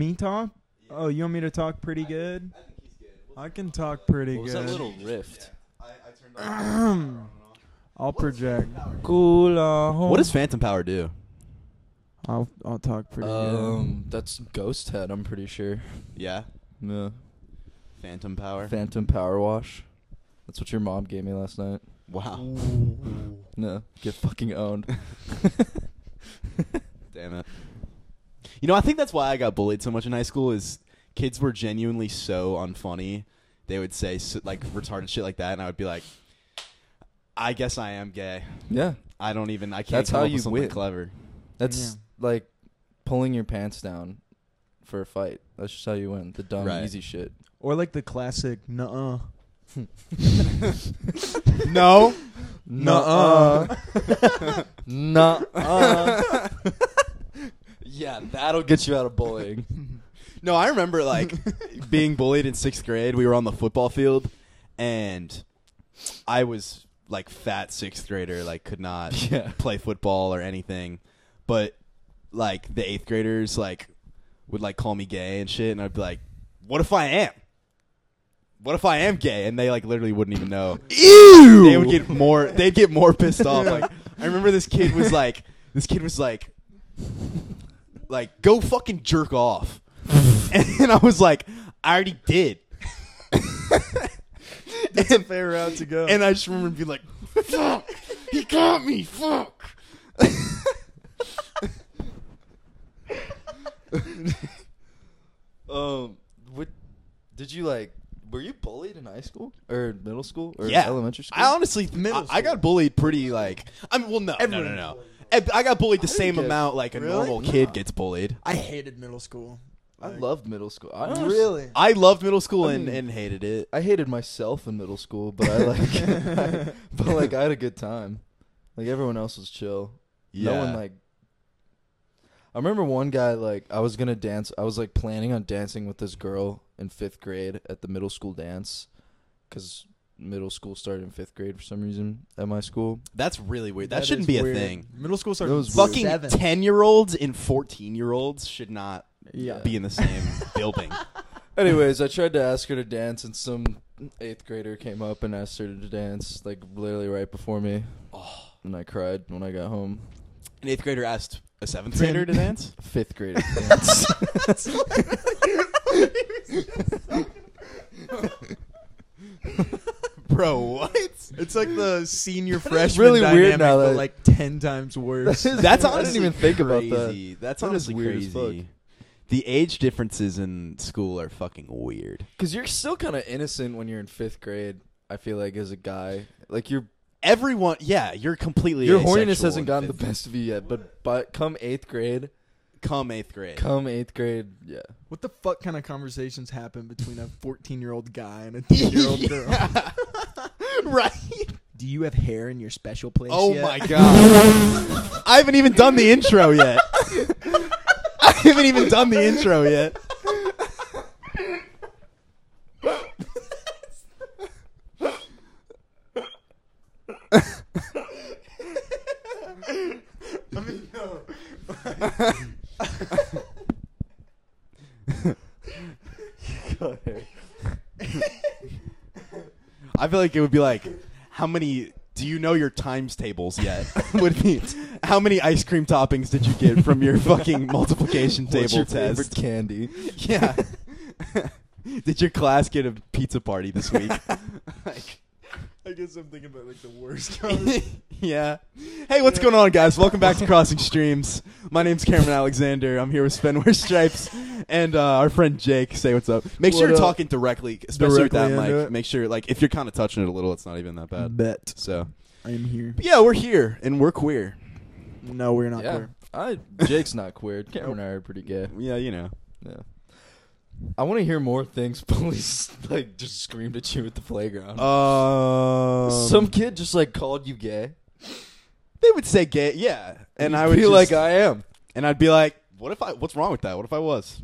Me talk? Oh, you want me to talk pretty good? I can talk pretty What was that good. little rift? I'll project. Cool. uh, What does Phantom Power do? I'll I'll talk pretty Um, that's Ghost Head. I'm pretty sure. Yeah, Yeah. Phantom Power. Phantom Power Wash. That's what your mom gave me last night. wow. No, get fucking owned. Damn it. You know, I think that's why I got bullied so much in high school. Is kids were genuinely so unfunny. They would say s like retarded shit like that, and I would be like, "I guess I am gay. Yeah, I don't even. I can't That's come how up you with something win. clever." that's like pulling your pants down for a fight. That's just how you win. The dumb, Right. easy shit. Or like the classic, nuh-uh. no. Nuh-uh. Nuh uh. yeah, that'll get you out of bullying. No, I remember like being bullied in sixth grade. We were on the football field, and I was like fat sixth grader, like could not Yeah. play football or anything. But like the eighth graders, like would like call me gay and shit, and I'd be like, "What if I am? What if I am gay?" And they like literally wouldn't even know. Ew! They would get more. They'd get more pissed off. Like I remember this kid was like, this kid was like, like go fucking jerk off, and I was like, I already did. That's a fair route to go. And I just remember being like, fuck, he got me, fuck. Um, what did you like? Were you bullied in high school or middle school or yeah, elementary school? I honestly, I, Middle I got bullied pretty like. I mean, well, no, no, no, Everyone no. I I got bullied the same get- amount like a Really? normal kid gets bullied. I hated middle school. I loved middle school. I honestly- Really? I loved middle school and, mean- and hated it. I hated myself in middle school, but I like, but like I had a good time. Like everyone else was chill. No one Yeah. like. I remember one guy like I was gonna dance. I was like planning on dancing with this girl in fifth grade at the middle school dance, because middle school started in fifth grade for some reason at my school. That's really weird. That, is shouldn't be a weird. thing. Middle school started That was at weird. Fucking seven. ten year olds and fourteen year olds should not Yeah. be in the same building. Anyways, I tried to ask her to dance, and some eighth grader came up and asked her to dance, like literally right before me. And I cried when I got home. An eighth grader asked a seventh Ten. grader to dance. Fifth grader to dance. Bro, what? It's like the senior is freshman really dynamic, weird now but that- like ten times worse. That's I honestly didn't even think about that. crazy. That's That is honestly weird as crazy. fuck. The age differences in school are fucking weird. Because you're still kind of innocent when you're in fifth grade. I feel like as a guy, like your Everyone, yeah, you're completely. your asexual horniness hasn't in gotten the fifth- best of you yet. But but come eighth grade, Come eighth grade. come eighth grade, yeah. what the fuck kind of conversations happen between a fourteen-year-old guy and a ten-year-old girl? right. Do you have hair in your special place? Oh yet? my god. I haven't even done the intro yet. I haven't even done the intro yet. I feel like it would be like, how many do you know your times tables yet? would be how many ice cream toppings did you get from your fucking multiplication table What's your favorite test? candy? Yeah. did your class get a pizza party this week? I guess I'm thinking about like the worst. yeah. Hey, what's going on, guys? Welcome back to Crossing Streams. My name's Cameron Alexander. I'm here with Sven Wear Stripes and uh, our friend Jake. Say what's up. Make sure What you're up? talking directly, especially Directly with that into mic. it. Make sure, like, if you're kind of touching it a little, it's not even that bad. Bet So, I'm here. but yeah, we're here and we're queer. No, we're not. yeah, queer. I Jake's not queer. Cameron and I are pretty gay. Yeah, you know. Yeah. I want to hear more things police like just screamed at you at the playground. Um, Some kid just like called you gay, they would say gay, yeah, and I would feel just- like I am. and I'd be like, what if I? What's wrong with that? What if I was?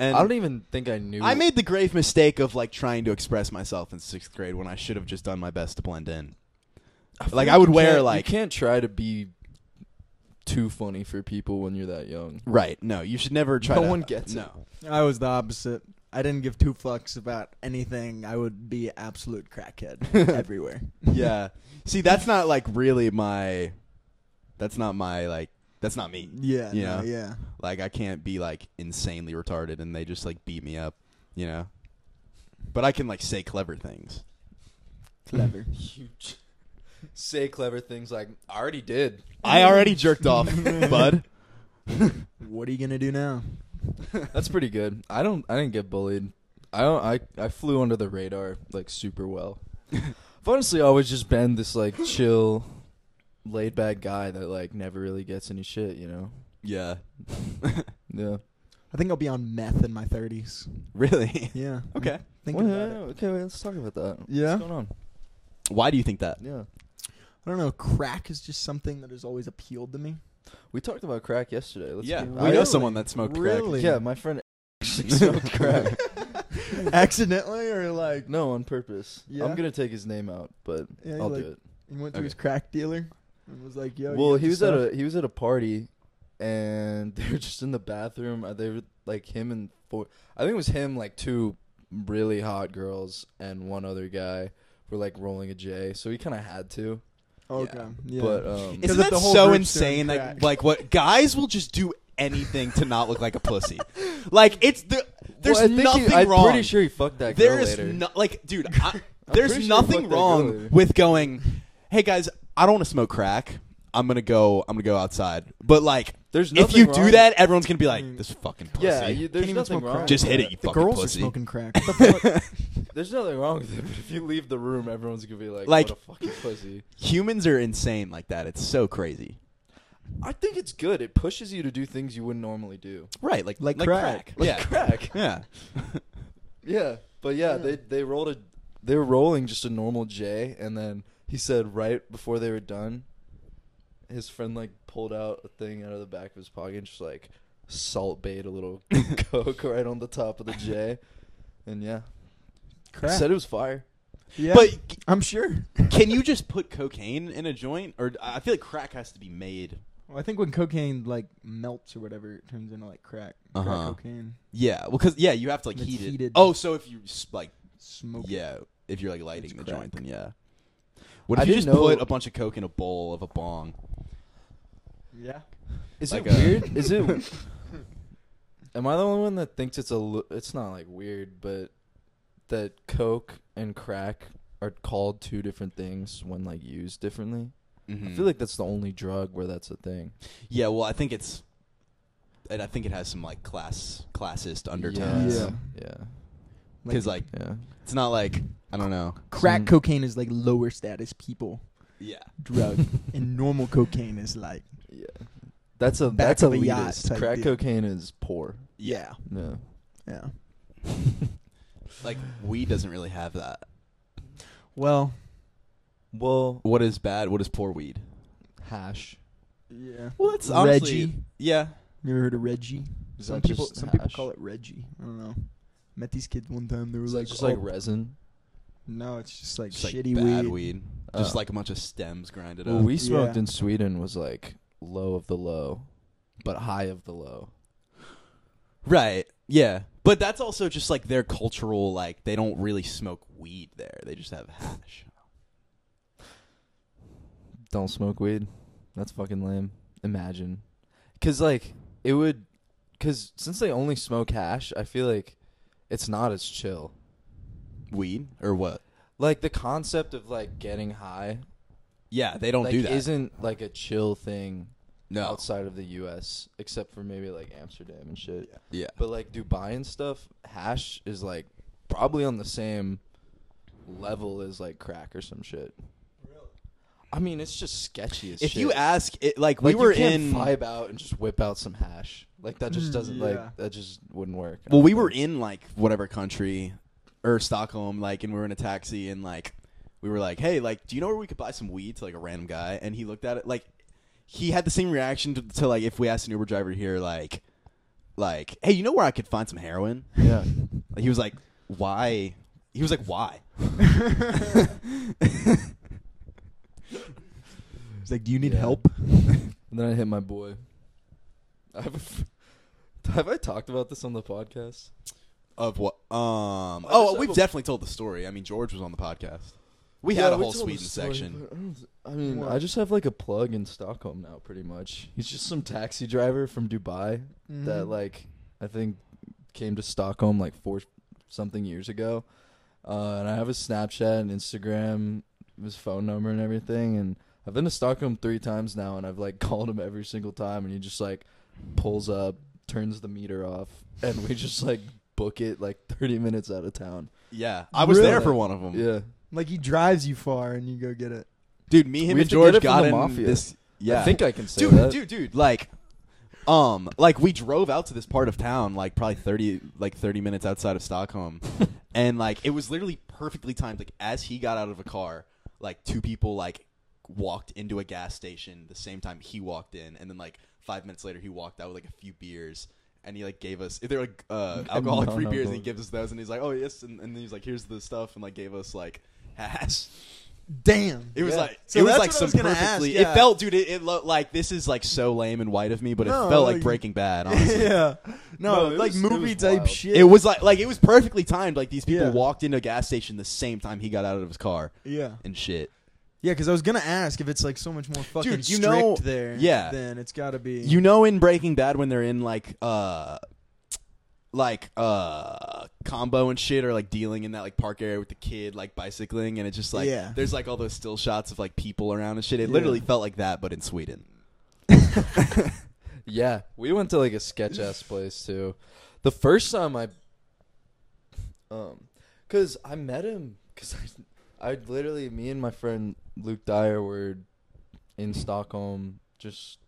And I don't even think I knew. I made the grave mistake of like trying to express myself in sixth grade when I should have just done my best to blend in. I feel like, I would you wear, can't- like- you can't try to be too funny for people when you're that young. Right. No, you should never try. No to- one gets it. no. I was the opposite. I didn't give two fucks about anything. I would be absolute crackhead everywhere. yeah. See, that's not like really my. That's not my like. That's not me. Yeah, You no, know? yeah. Like I can't be like insanely retarded and they just like beat me up, you know. But I can like say clever things. Clever. Huge. Say clever things like I already did. I already jerked off, bud. what are you gonna do now? That's pretty good. I don't. I didn't get bullied. I don't. I I flew under the radar like super well. I've honestly always just been this like chill, laid back guy that like never really gets any shit. You know. Yeah. Yeah. I think I'll be on meth in my thirties. Really? Yeah. Okay. Thinking Well, about it. yeah, Okay, wait, let's talk about that. Yeah? What's going on? Why do you think that? Yeah. I don't know. Crack is just something that has always appealed to me. We talked about crack yesterday. Let's yeah. get- We I- know Really? someone that smoked Really? Yeah, my friend actually smoked crack. Accidentally or like No, on purpose. Yeah? I'm gonna take his name out, but Yeah, I'll like, do it. He went to Okay. his crack dealer and was like, "Yo." you well, got he was this stuff? at a he was at a party, and they were just in the bathroom. Uh, They were like him and four. I think it was him, like two really hot girls and one other guy were like rolling a J. So he kind of had to. Okay. Yeah. But um, It's- Isn't 'Cause if that the whole so group's doing insane? Like, crack. like what guys will just do anything to not look like a pussy. Like it's the there's Well, I think he- nothing I'm wrong. pretty sure he fucked that girl There is later. no like, dude. I, there's pretty sure he nothing fucked that girl wrong later. with going. Hey guys, I don't want to smoke crack. I'm gonna go. I'm gonna go outside. But like, There's if you nothing do wrong- that, everyone's gonna be like, this fucking pussy. yeah, you, there's even nothing smoke wrong. crack. just with hit that. it. You the fucking girls are pussy. smoking crack. What the fuck? There's nothing wrong with it. But if you leave the room, everyone's gonna be like, Like- "What a fucking pussy." Humans are insane like that. It's so crazy. I think it's good. It pushes you to do things you wouldn't normally do. Right, like Like like crack. crack. Like yeah, crack. Yeah, Yeah, but yeah, they they rolled a they were rolling just a normal J, and then he said right before they were done, his friend like pulled out a thing out of the back of his pocket and just like salt bait a little coke right on the top of the J, and yeah, Crack. said it was fire. yeah. but I'm sure. can you just put cocaine in a joint? Or I feel like crack has to be made. Well, I think when cocaine like melts or whatever, it turns into like crack. Crack Uh-huh. cocaine. Yeah, well, because yeah, you have to like It's heat it. heated. Oh, so if you s- like Smoke. it. yeah, if you're like lighting It's the crack. joint, then yeah. What I if you didn't just know- put a bunch of coke in a bowl of a bong? Yeah. Is Like it a- weird? uh, Is it? Am I the only one that thinks it's a? li- It's not like weird, but that coke and crack are called two different things when like used differently. I Hmm. feel like that's the only drug where that's a thing. yeah, well, I think it's, and I think it has some like class classist undertones. Yeah. Yeah. Yeah. because like Yeah. it's not like I don't know. crack Mm. cocaine is like lower status people Yeah, drug, and normal cocaine is like Yeah. That's a Back that's a of a yacht type Crack deal. cocaine is poor. yeah, No. yeah. like weed doesn't really have that. Well, Well, What is bad? What is poor weed? hash. yeah. Well, that's Reggie. Yeah, You ever heard of Reggie? Is Some that people, just some people hash? call it Reggie. I don't know. Met these kids one time. They were Is like, like just like oh, resin. no, it's just like Just, like, shitty bad weed. weed. Just Oh. like a bunch of stems grinded Well, up. we smoked Yeah. in Sweden was like low of the low, but high of the low. Right. Yeah. But that's also just like their cultural like they don't really smoke weed there. They just have hash. Don't smoke weed. That's fucking lame. Imagine. Cuz like it would cuz since they only smoke hash, I feel like it's not as chill. Weed or what? Like the concept of like getting high Yeah, they don't like, do that. Isn't like a chill thing no. outside of the U.S. except for maybe like Amsterdam and shit. Yeah. But like Dubai and stuff, hash is like probably on the same level as like crack or some shit. I mean, it's just sketchy as If shit. you ask it like we Like, were you can't in vibe out and just whip out some hash. Like that just Mm, doesn't yeah. like that just wouldn't work. I Well, don't we were think. in like whatever country or Stockholm like and we were in a taxi and like we were like, "Hey, like do you know where we could buy some weed?" to like a random guy and he looked at it like he had the same reaction to, to like if we asked an Uber driver here like like, "Hey, you know where I could find some heroin?" yeah. He was like, "Why?" He was like, "Why?" It's like, do you need Yeah. help? And then I hit my boy. I have, a f- have I talked about this on the podcast? Of what? Um. I Oh, just- we've I've- definitely told the story. I mean, George was on the podcast. We Yeah, had a we whole told the Sweden story, section. but I don't- I mean, What? I just have like a plug in Stockholm now, pretty much. He's just some taxi driver from Dubai that like I think came to Stockholm like four something years ago. Uh, and I have his Snapchat and Instagram, his phone number and everything. And I've been to Stockholm three times now, and I've like called him every single time, and he just like pulls up, turns the meter off, and we just like book it like thirty minutes out of town. Yeah, I was Really? there for one of them. Yeah, like he drives you far and you go get it. Dude, me, him, and We have to get George it from got the in mafia. this. Yeah, I think I can say dude, that. dude, dude, like, um, like we drove out to this part of town, like probably thirty, like thirty minutes outside of Stockholm, and like it was literally perfectly timed. Like as he got out of a car, like two people like walked into a gas station the same time he walked in, and then like five minutes later he walked out with like a few beers. And he like gave us they're like uh, alcoholic free beers, and he non-alcoholic. gives us those, and he's like, "Oh yes," and, and he's like, "Here's the stuff," and like gave us like hash. Damn. It was Yeah. like So it was that's like what I some was gonna ask, perfectly. It yeah. felt, dude. It, it lo- like this is like so lame and white of me, but it No, felt like, like- Breaking Bad. Honestly, yeah. No, No, it like was- it movie was type wild. shit. it was like like it was perfectly timed. Like these people Yeah. walked into a gas station the same time he got out of his car Yeah. and shit. Yeah, because I was gonna ask if it's like so much more fucking Dude, you strict know- there. yeah. Then it's gotta be. You know, in Breaking Bad, when they're in like uh, like uh, combo and shit, or like dealing in that like park area with the kid, like bicycling, and it's just like Yeah. there's like all those still shots of like people around and shit. It Yeah. literally felt like that, but in Sweden. Yeah, we went to like a sketch ass place too. The first time I, um, cause I met him, cause I, I literally, me and my friend Luke Dyer were in Stockholm. Just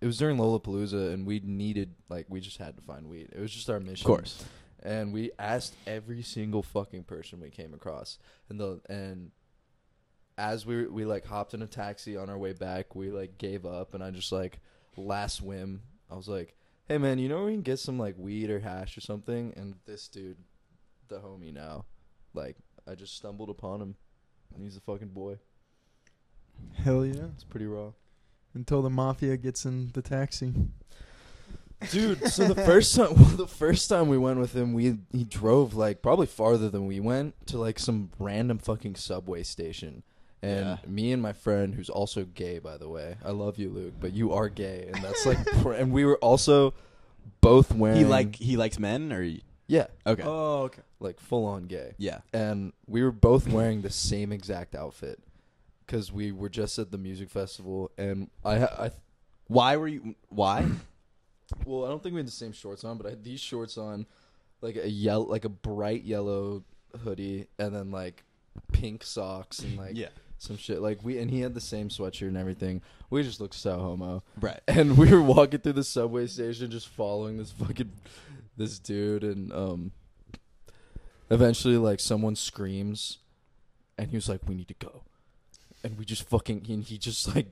it was during Lollapalooza, and we needed like we just had to find weed. It was just our mission, Of course, And we asked every single fucking person we came across, and the and as we we like hopped in a taxi on our way back, we like gave up, and I just like last whim, I was like, "Hey man, you know where we can get some like weed or hash or something?" And this dude, the homie now, like I just stumbled upon him, and he's a fucking boy. Hell yeah. It's pretty raw, Until the mafia gets in the taxi. dude. So the first time, well, the first time we went with him, we he drove like probably farther than we went to like some random fucking subway station. And Yeah. me and my friend, who's also gay, by the way, I love you, Luke, but you are gay, and that's like, pr- and we were also both wearing he like he likes men, or he- yeah, okay, Oh, okay. like full on gay. yeah. And we were both wearing the same exact outfit because we were just at the music festival. And I, ha- I, Why were you? Why? well, I don't think we had the same shorts on, but I had these shorts on, like a yellow, like a bright yellow hoodie, and then like pink socks and like yeah, some shit. Like we, and he had the same sweatshirt and everything. We just looked so homo. right. and we were walking through the subway station just following this fucking this dude and um eventually like someone screams and he was like we need to go and we just fucking and he just like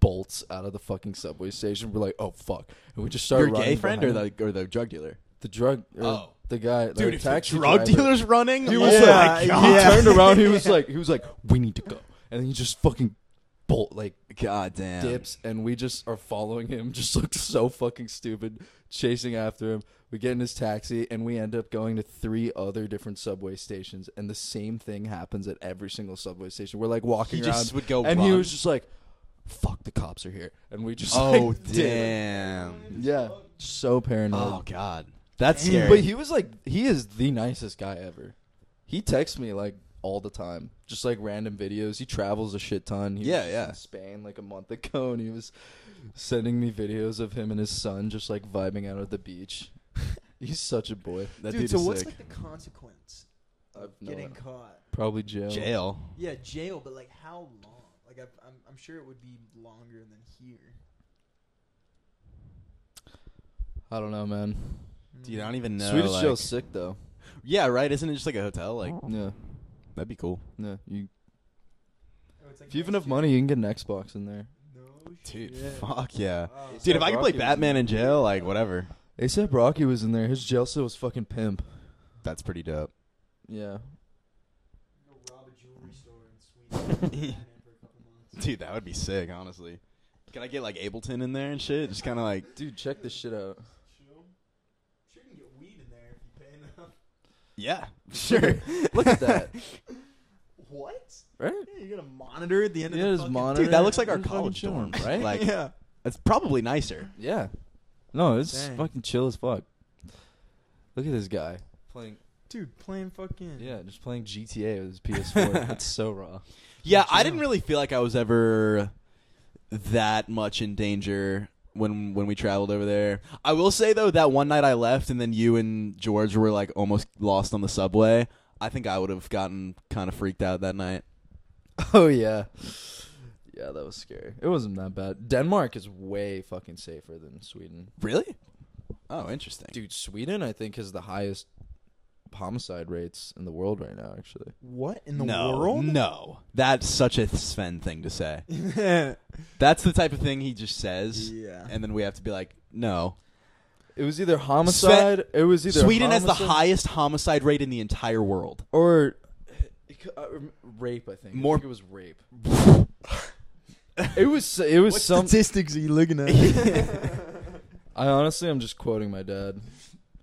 bolts out of the fucking subway station we're like oh fuck and we just start Your gay running friend or behind him. the or the drug dealer? the drug or Oh. the guy the Dude, if the taxi drug driver. dealer's running, He oh was Yeah, my like, god, he yeah. turned around. He was like, he was like, we need to go, and then he just fucking bolt like god damn. dips and we just are following him just look so fucking stupid chasing after him we get in his taxi and we end up going to three other different subway stations and the same thing happens at every single subway station we're like walking He around just would go and he run. was just like fuck the cops are here and we just Oh like, did it. damn. yeah so paranoid Oh god, that's scary. but he was like he is the nicest guy ever he texts me like all the time just like random videos he travels a shit ton he Yeah, was yeah. in spain like a month ago and he was sending me videos of him and his son just like vibing out at the beach he's such a boy that Dude, dude so is what's sick. like the consequence I've of no getting idea. caught? probably jail jail? Yeah, jail, but like how long? Like I, I'm, I'm sure it would be longer than here. i don't know man Hmm. Dude, I don't even know. swedish like- jail's sick though Yeah, right. Isn't it just like a hotel? Like yeah that'd be cool. yeah you Oh, it's like if you next have enough year. money you can get an xbox in there No Dude, shit. Ah, fuck yeah. Wow. It's Dude, Yeah, if I could Rocky play was in Batman there. in jail, like whatever, asap rocky was in there his jail cell was fucking pimp that's pretty dope. yeah Go rob a jewelry store in Sweden. Dude, that would be sick, honestly. Can I get like Ableton in there and shit? Just kind of like Dude, check this shit out. Sure, you can get weed in there if you pay enough. yeah, sure. Look at that. What? Right? Yeah, you're gonna monitor at the end Yeah, of just the fucking monitor. Dude, that looks like our Fucking college dorm, chilling, right? right? Like yeah. it's probably nicer. Yeah. No, it's Dang. fucking chill as fuck. Look at this guy playing. Dude, playing fucking. Yeah, just playing GTA with his PS4. it's so raw. Yeah, Good I job. didn't really feel like I was ever that much in danger when when we traveled over there. I will say though that one night I left and then you and George were like almost lost on the subway. I think I would have gotten kind of freaked out that night. Oh yeah. Yeah, that was scary. It wasn't that bad. Denmark is way fucking safer than Sweden. Really? Oh, interesting. Dude, Sweden I think has the highest homicide rates in the world right now actually. What in the no, world? no, that's such a Sven thing to say. yeah. That's the type of thing he just says, and then we have to be like, no. It was either homicide, it was either Sweden has the homicide highest homicide rate in the entire world. or it cou- uh, rem- rape I think. More- I think it was rape. It was it was What some statistics are you looking at? I honestly I'm just quoting my dad.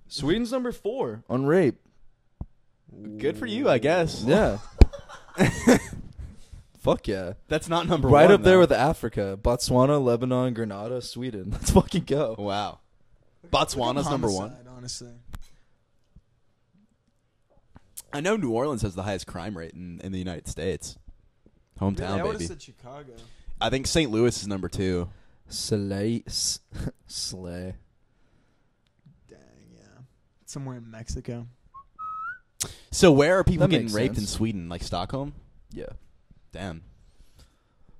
Sweden's number 4 on rape. Good for you, I guess. Yeah. Fuck yeah. That's not number right one. up there though. with Africa, Botswana, Lebanon, Grenada, Sweden. Let's fucking go. Wow. Look Botswana's at number one. homicide, Honestly, I know New Orleans has the highest crime rate in, in the United States. Really, Hometown, I would've baby. said Chicago. I think St. Louis is number two. Slay, s- slay. Dang, yeah. Somewhere in Mexico. So where are people That getting makes raped in sense. Sweden? Like Stockholm? Yeah. Damn.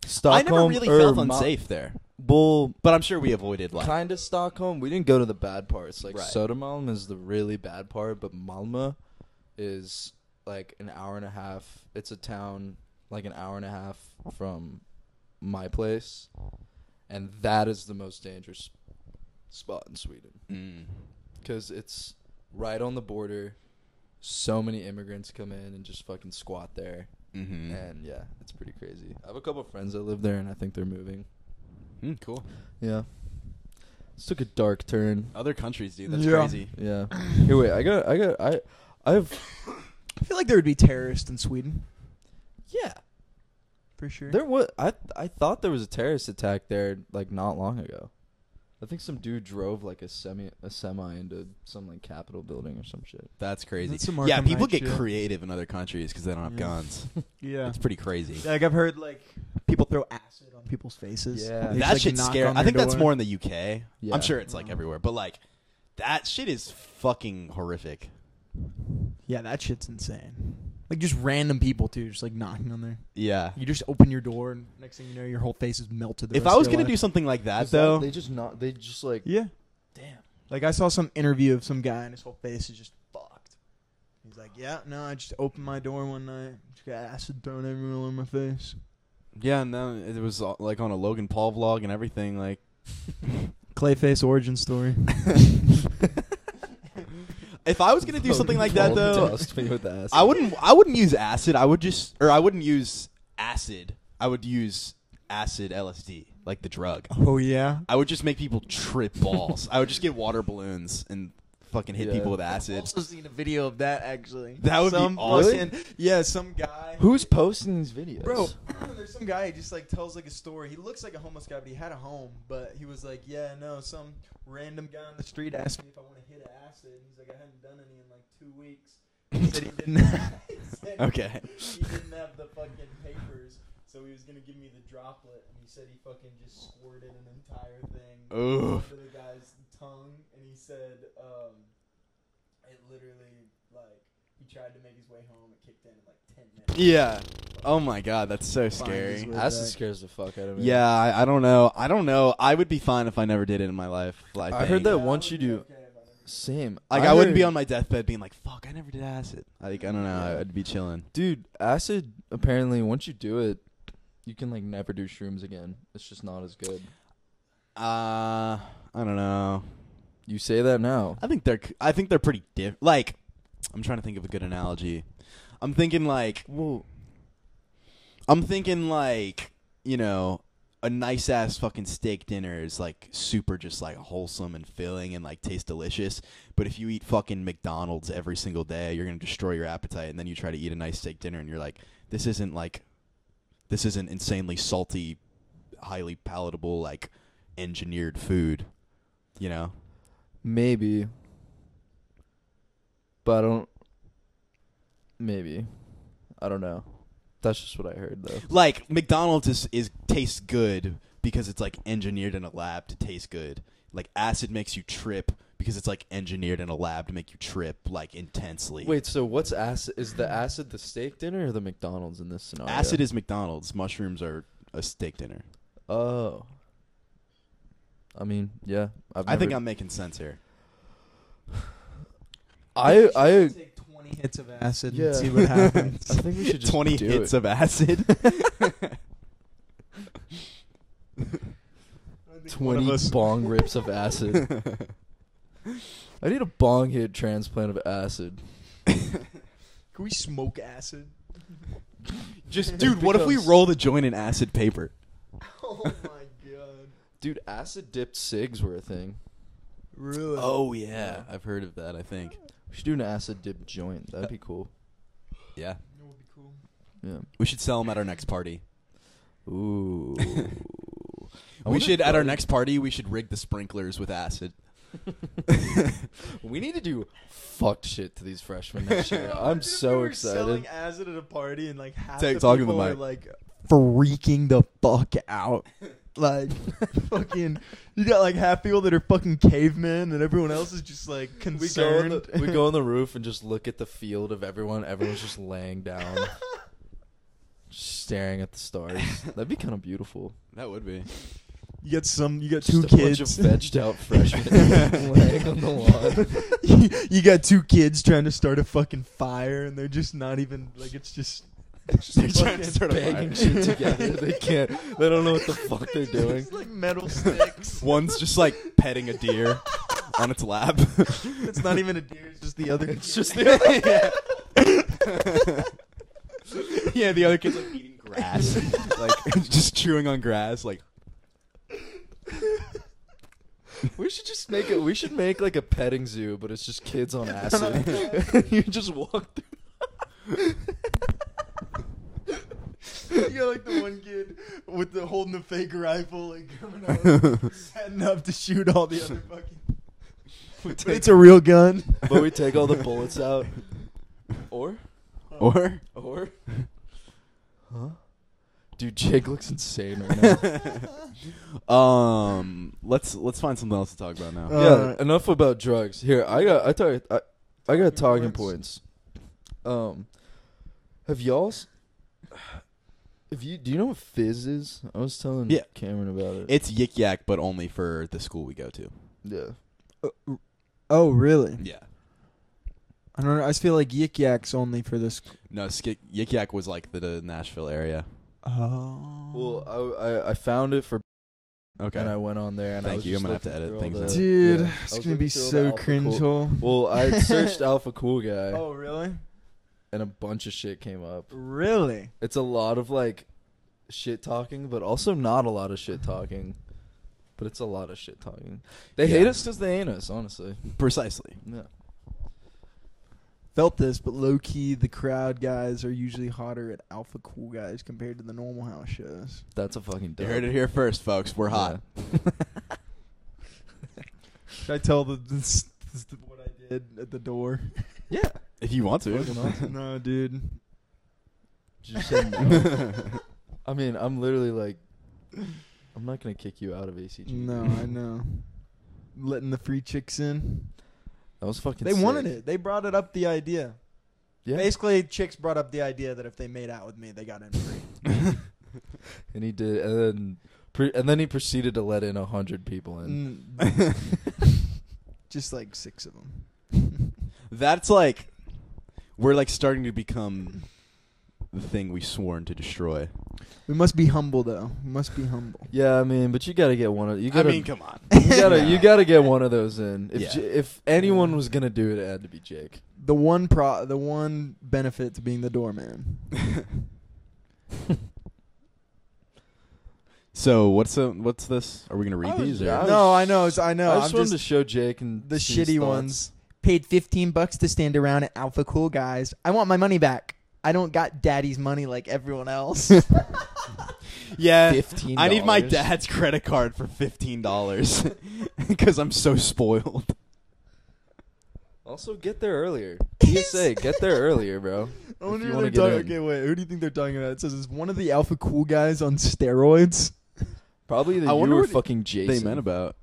Stockholm. I never really or felt Ma- unsafe there. well, But I'm sure we avoided like kind of Stockholm. We didn't go to the bad parts. Like Right. Södermalm is the really bad part, but Malmö is like an hour and a half. It's a town like an hour and a half from my place, and that is the most dangerous spot in Sweden. Mm. because it's right on the border. So many immigrants come in and just fucking squat there, Mhm. and yeah, it's pretty crazy. I have a couple friends that live there, and I think they're moving. Mm, cool. Yeah, this took a dark turn. Other countries, dude. That's Yeah. crazy. Yeah. Here, wait. I got. I got. I. I have. I feel like there would be terrorists in Sweden Yeah. for sure. There was. I. I thought there was a terrorist attack there like not long ago. I think some dude drove like a semi a semi into some like Capitol building or some shit. That's crazy. That's some yeah, Arkham people Knight get shit. creative in other countries because they don't have Yeah. guns. yeah. It's pretty crazy. Like I've heard like people throw acid on people's faces. They Yeah. just, It's that like, shit's knock scary. on I their think that's door. more in the UK. Yeah. I'm sure it's like everywhere, but like that shit is fucking horrific. Yeah, that shit's insane. Like just random people too, just like knocking on there. Yeah. You just open your door, and next thing you know, your whole face is melted. The If rest I of was your gonna do life. something like that Is though, they just not. They just like. yeah, Damn. like I saw some interview of some guy, and his whole face is just fucked. He's like, "Yeah, no, I just opened my door one night, just got acid thrown everywhere on my face." yeah, no, it was uh, like on a Logan Paul vlog and everything. Like, Clayface origin story. if I was gonna do something like that though, Tossed me with acid. I wouldn't. I wouldn't use acid. I would just, or I wouldn't use acid. I would use acid LSD, like the drug. oh yeah, I would just make people trip balls. I would just get water balloons and fucking hit Yeah. people with acid. also seen a video of that actually. That would be some awesome. fucking- yeah, some guy. Who's posting these videos? Bro, there's some guy who just like tells like a story. He looks like a homeless guy, but he had a home. But he was like, yeah, no, some random guy on the street asked me if I want to hit acid, and he's like, I hadn't done any in like two weeks. He said he didn't. he said Okay. He didn't have the fucking papers, so he was gonna give me the droplet, and he said he fucking just squirted an entire thing Oof. onto the guy's tongue, and he said, um, it literally like he tried to make his way home, it kicked in in like ten minutes. Yeah. Oh my god, that's so his scary. way. acid Back. scares the fuck out of me. Yeah, I, I don't know. I don't know. I would be fine if I never did it in my life. Like, I heard Yeah, that I once would you be do- okay if I never- Same. Like, I, wouldn't be heard- on my deathbed being like, "Fuck, I never did acid." Like, I don't know. Yeah. I'd be chilling. Dude, acid. Apparently, once you do it, you can like never do shrooms again. It's just not as good. Uh, I don't know. You say that now. I think they're. c- I think they're pretty diff. Like, I'm trying to think of a good analogy. I'm thinking like. Well, I'm thinking like you know, a nice ass fucking steak dinner is like super just like wholesome and filling and like tastes delicious. But if you eat fucking McDonald's every single day, you're gonna destroy your appetite. And then you try to eat a nice steak dinner and you're like, this isn't like, this isn't insanely salty, highly palatable like engineered food. You know? Maybe. But I don't. Maybe. I don't know. That's just what I heard, though. like McDonald's is, is tastes good because it's like engineered in a lab to taste good. Like acid makes you trip because it's like engineered in a lab to make you trip like intensely. Wait, so what's acid? Is the acid the steak dinner or the McDonald's in this scenario? acid is McDonald's. Mushrooms are a steak dinner. Oh. I mean, yeah. I've I think never- I'm making sense here. I I take twenty hits of acid Yeah. and see what happens. I think we should just Twenty do hits it. of acid. twenty bong rips of acid. I need a bong hit transplant of acid. Can we smoke acid? Just dude, what if we Becomes- roll the joint in acid paper? Oh my god. Dude, acid dipped cigs were a thing. Really? Oh, yeah, I've heard of that. I think. We should do an acid dipped joint. That'd be cool. Yeah, That would be cool. Yeah. we should sell them at our next party. Ooh. I we wonder should if at our that- next party we should rig the sprinklers with acid. We need to do fucked shit to these freshmen next year. I'm so Selling excited. acid at a party and like half Take- the talking to the people are mic. like freaking the fuck out. Like fucking, you got like half people that are fucking cavemen, and everyone else is just like We go, on concerned. the, we go on the roof and just look at the field of everyone. Everyone's just laying down, just staring at the stars. That'd be kind of beautiful. That would be. you got some. You got Just two a kids. bunch of vegged out freshmen laying on the lawn. you, you got two kids trying to start a fucking fire, and they're just not even like it's just. They're trying to start a Banging fire. shit together. They can't. They don't know what the fuck they're It's doing. just, like metal sticks. One's just like petting a deer on its lap. It's not even a deer. It's just the other. It's kid. just the other- yeah, the other kid's like eating grass, like just chewing on grass. Like We should just make it. We should make like a petting zoo, but it's just kids on acid. you just walk through. You got like the one kid with the holding the fake rifle, like coming out, setting up to shoot all the other fucking. But it's a real gun. But we take all the bullets out. Or? or Or? Huh? Dude, Jake looks insane right now. um, let's let's find something else to talk about now. Uh, yeah, Alright. enough about drugs. Here, I got I talk, I, I got Talking talking points. Um have y'all s- Have you do you know what fizz is? I was telling Yeah. Cameron about it. It's yik yak, but only for the school we go to. yeah. Oh really? Yeah. I don't know. I just feel like Yik Yak's only for this. No, sk- yik yak was like the, the Nashville area. Oh. Well, I, I I found it for Okay. and I went on there and I Thank was you, I'm just gonna have to looking edit through things all out. the- dude, uh, yeah, I it's was gonna be looking through all the so alpha cool- cringe hole. Well, I searched Alpha Cool Guy Oh really? and a bunch of shit came up. Really? It's a lot of like shit talking, but also not a lot of shit talking. But it's a lot of shit talking. They hate Yeah. us because they ain't us, honestly. Precisely. Yeah. Felt this, but low key, the crowd guys are usually hotter at Alpha Cool guys compared to the normal house shows. That's a fucking. You Dope. heard it here first, folks. We're hot. Should I tell the, this, this, what I did at the door? Yeah. If you want to. Fucking awesome. no, dude. Did you say no? I mean, I'm literally like, I'm not gonna kick you out of ACG. No, I know. Letting the free chicks in. That was fucking. They sick. wanted it. They brought it up the idea. Yeah. Basically, chicks brought up the idea that if they made out with me, they got in free. And he did, and then, pre- and then he proceeded to let in a hundred people in. Mm. Just like six of them. That's like we're like starting to become the thing we sworn to destroy. We must be humble, though. We must be humble. Yeah, I mean, but you gotta get one of you gotta I mean, come on. you gotta you gotta get one of those in. If Yeah. J- if anyone was gonna do it, it had to be Jake. The one pro, the one benefit to being the doorman. So what's the, what's this? Are we gonna read I was- these? I Or? was- no, I know. it's- I know. I I'm just wanted to show Jake and the see his shitty thoughts. ones. Paid 15 bucks to stand around at Alpha Cool Guys. I want my money back. I don't got daddy's money like everyone else. Yeah, $15. I need my dad's credit card for fifteen dollars because I'm so spoiled. Also, get there earlier. PSA, get there earlier, I bro. If wonder you who they're wanna get talking. in. Okay, wait. Who do you think they're talking about? It says it's one of the Alpha Cool Guys on steroids. Probably that I you wonder were what fucking Jason. They meant about.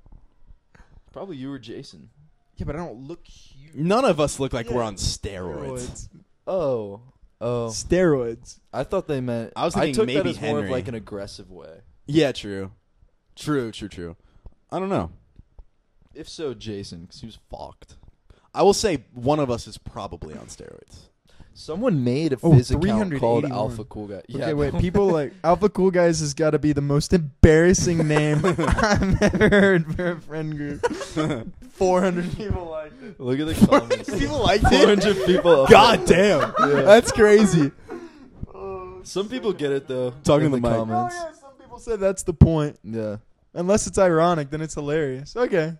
Probably you were Jason. Yeah, but I don't look huge. None of us look like we're Yeah. on steroids. Oh, oh. Steroids. I thought they meant. I was thinking took that maybe as more of Henry. like an aggressive way. Yeah, true, true, true, true. I don't know. If so, Jason, because he was fucked. I will say one of us is probably on steroids. Someone made a Oh, fizz account called 381. Alpha Cool Guy. Yeah, okay, wait. bro. People like Alpha Cool Guys has got to be the most embarrassing name I've ever heard for a friend group. 400 people like it. Look at the comments. people liked it? 400 people. up God there. damn, Yeah. that's crazy. Some people get it though. Talking in to the the mic. comments. Oh, yeah, some people say that's the point. Yeah, Unless it's ironic, then it's hilarious. Okay.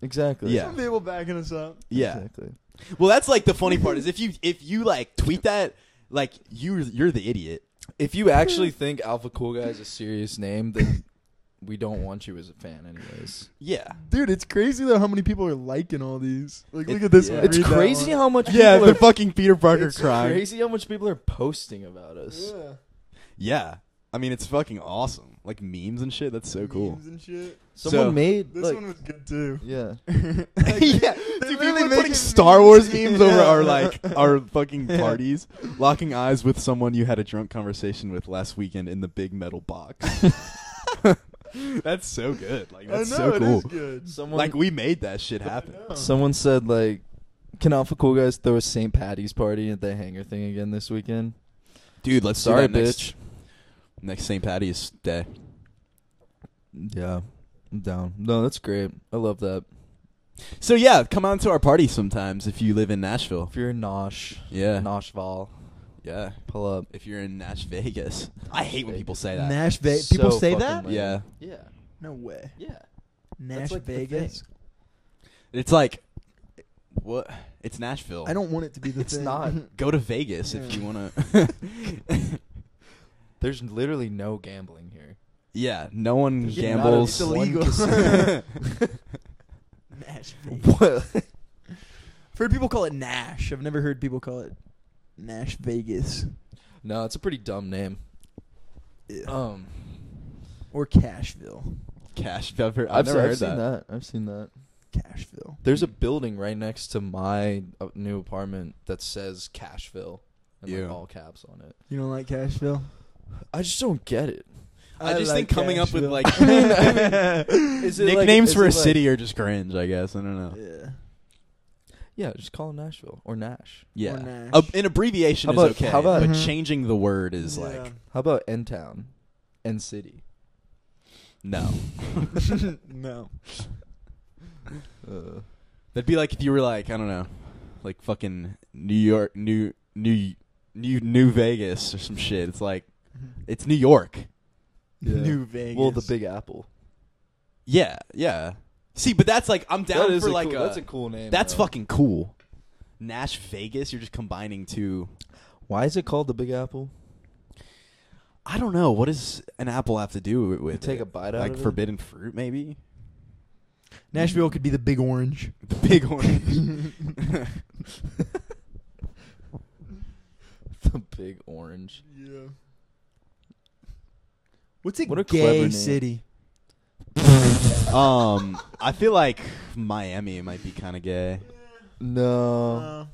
exactly. Yeah. Some people backing us up. Yeah. exactly. Well, that's like the funny part is if you if you like tweet that like you you're the idiot. If you actually think Alpha Cool Guy is a serious name, then we don't want you as a fan, anyways. Yeah. Dude, it's crazy though how many people are liking all these. Like, It- look at this yeah. one. It's Read that crazy one. how much. Yeah, people the are, fucking Peter Parker it's crime. crazy how much people are posting about us. Yeah. Yeah. I mean, it's fucking awesome. Like memes and shit. That's so cool. Memes and shit. Someone So- made This like, one was good too. yeah. yeah. They're Dude, literally people are making putting Star Wars memes over Yeah. our like our fucking Yeah. parties, locking eyes with someone you had a drunk conversation with last weekend in the big metal box. that's so good. Like that's I know, so cool. It is good. Someone Like we made that shit happen. I know. Someone said like, "Can Alpha Cool Guys throw a St. Patty's party at the hangar thing again this weekend?" Dude, let's do Sorry, that next- bitch. Next St. Patty's Day. Yeah, I'm down. No, that's great. I love that. So yeah, come on to our party sometimes if you live in Nashville. If you're in Nosh, Yeah. Noshval, Yeah. pull up. If you're in Nash Vegas. I hate when people say that. Nash Vegas. So People say fucking that? lame. Yeah. Yeah, No way. yeah. Nash like the Vegas. It's like what it's Nashville. I don't want it to be the It's thing. not. go to Vegas Yeah. if you want to There's literally no gambling here. Yeah, no one There's gambles. not a- it's One illegal. casino. Nash Vegas. what? I've heard people call it Nash. I've never heard people call it Nash Vegas. No, it's a pretty dumb name. Um, or Cashville. Cash I've, heard, I've, I've, never se- I've heard seen that. that. I've seen that. Cashville. There's a building right next to my uh, new apartment that says Cashville and Ew. like all caps on it. You don't like Cashville? I just don't get it. I just think coming up with, like- Is it like- Nicknames is for it a like- city are just cringe, I guess. I don't know. yeah. Yeah, just call it Nashville or Nash. Or Yeah. Nash. A, an abbreviation How about- is okay, how about- but Mhm. changing the word is like How about N Town, N City? no. like no. Uh, That'd be like if you were like I don't know, like fucking New York, New New New New Vegas or some shit. It's like it's New York. Yeah. New Vegas. well, the Big Apple. Yeah, yeah. See, but that's like I'm down that is for a like cool, a, that's a cool name. that's though. fucking cool. Nash Vegas, you're just combining two. Why is it called the Big Apple? I don't know what does an apple have to do with You take it? a bite out like of it? forbidden fruit maybe Nashville could be the Big Orange. the big orange. the Big Orange. Yeah. What's a What a clever gay name. city? um, I feel like Miami might be kind of gay. No,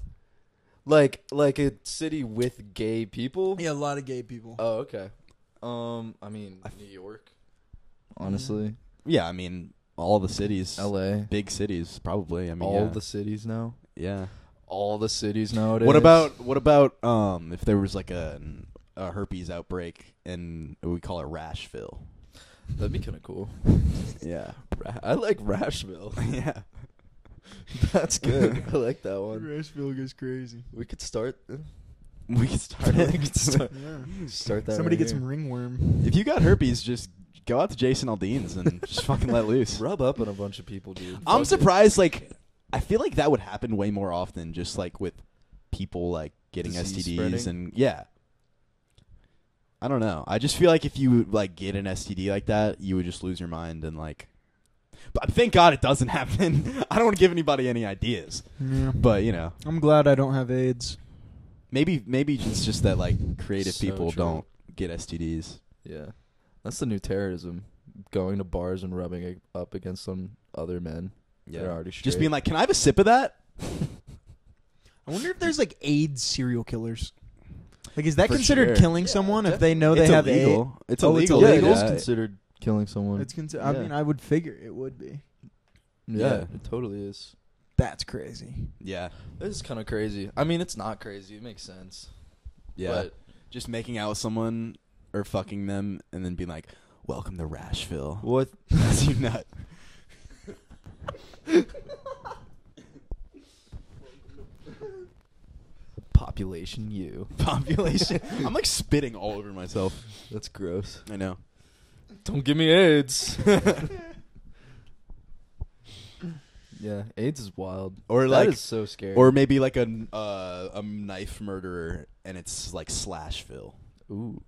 like like a city with gay people. yeah, a lot of gay people. Oh, okay. Um, I mean New York. Honestly, Yeah, I mean all the cities, L.A. big cities probably. I mean Mm-hmm. All yeah. the cities now. yeah. All the cities nowadays. What about what about um if there was like a a herpes outbreak and we call it Rashville? That'd be kind of cool. Yeah, Ra- I like Rashville. yeah. That's good. I like that one. Nashville goes crazy. We could start. We could start it. We could start- Yeah. Start that. Somebody right get here. some ringworm. If you got herpes, just go out to Jason Aldean's and just fucking let loose. Rub up on a bunch of people, dude. I'm Fuck it. surprised. Like, I feel like that would happen way more often, just like with people like getting Disease STDs spreading? and yeah. I don't know. I just feel like if you like get an STD like that, you would just lose your mind and like. But thank God it doesn't happen. I don't want to give anybody any ideas, Yeah. but you know, I'm glad I don't have AIDS. maybe maybe it's just that like creative So people true. don't get STDs. Yeah, that's the new terrorism: going to bars and rubbing it up against some other men. that are already straight. just being like, can I have a sip of that? I wonder if there's like AIDS serial killers. Like, is that For considered sure. killing someone if they know Oh, they it's have AIDS? illegal. It's Oh, it's illegal. yeah, illegal? it is Yeah. considered killing someone. It's consi- I Yeah. mean, I would figure it would be. yeah, yeah. it totally is. That's crazy. yeah, This is kind of crazy. I mean, it's not crazy. It makes sense. yeah. But just making out with someone or fucking them and then being like, "Welcome to Rashville." what? That's you nut. Population U. Population. I'm like spitting all over myself. That's gross. I know. Don't give me AIDS. yeah, AIDS is wild. Or That like, is so scary. or maybe like a uh, a knife murderer, and it's like Slashville, oooo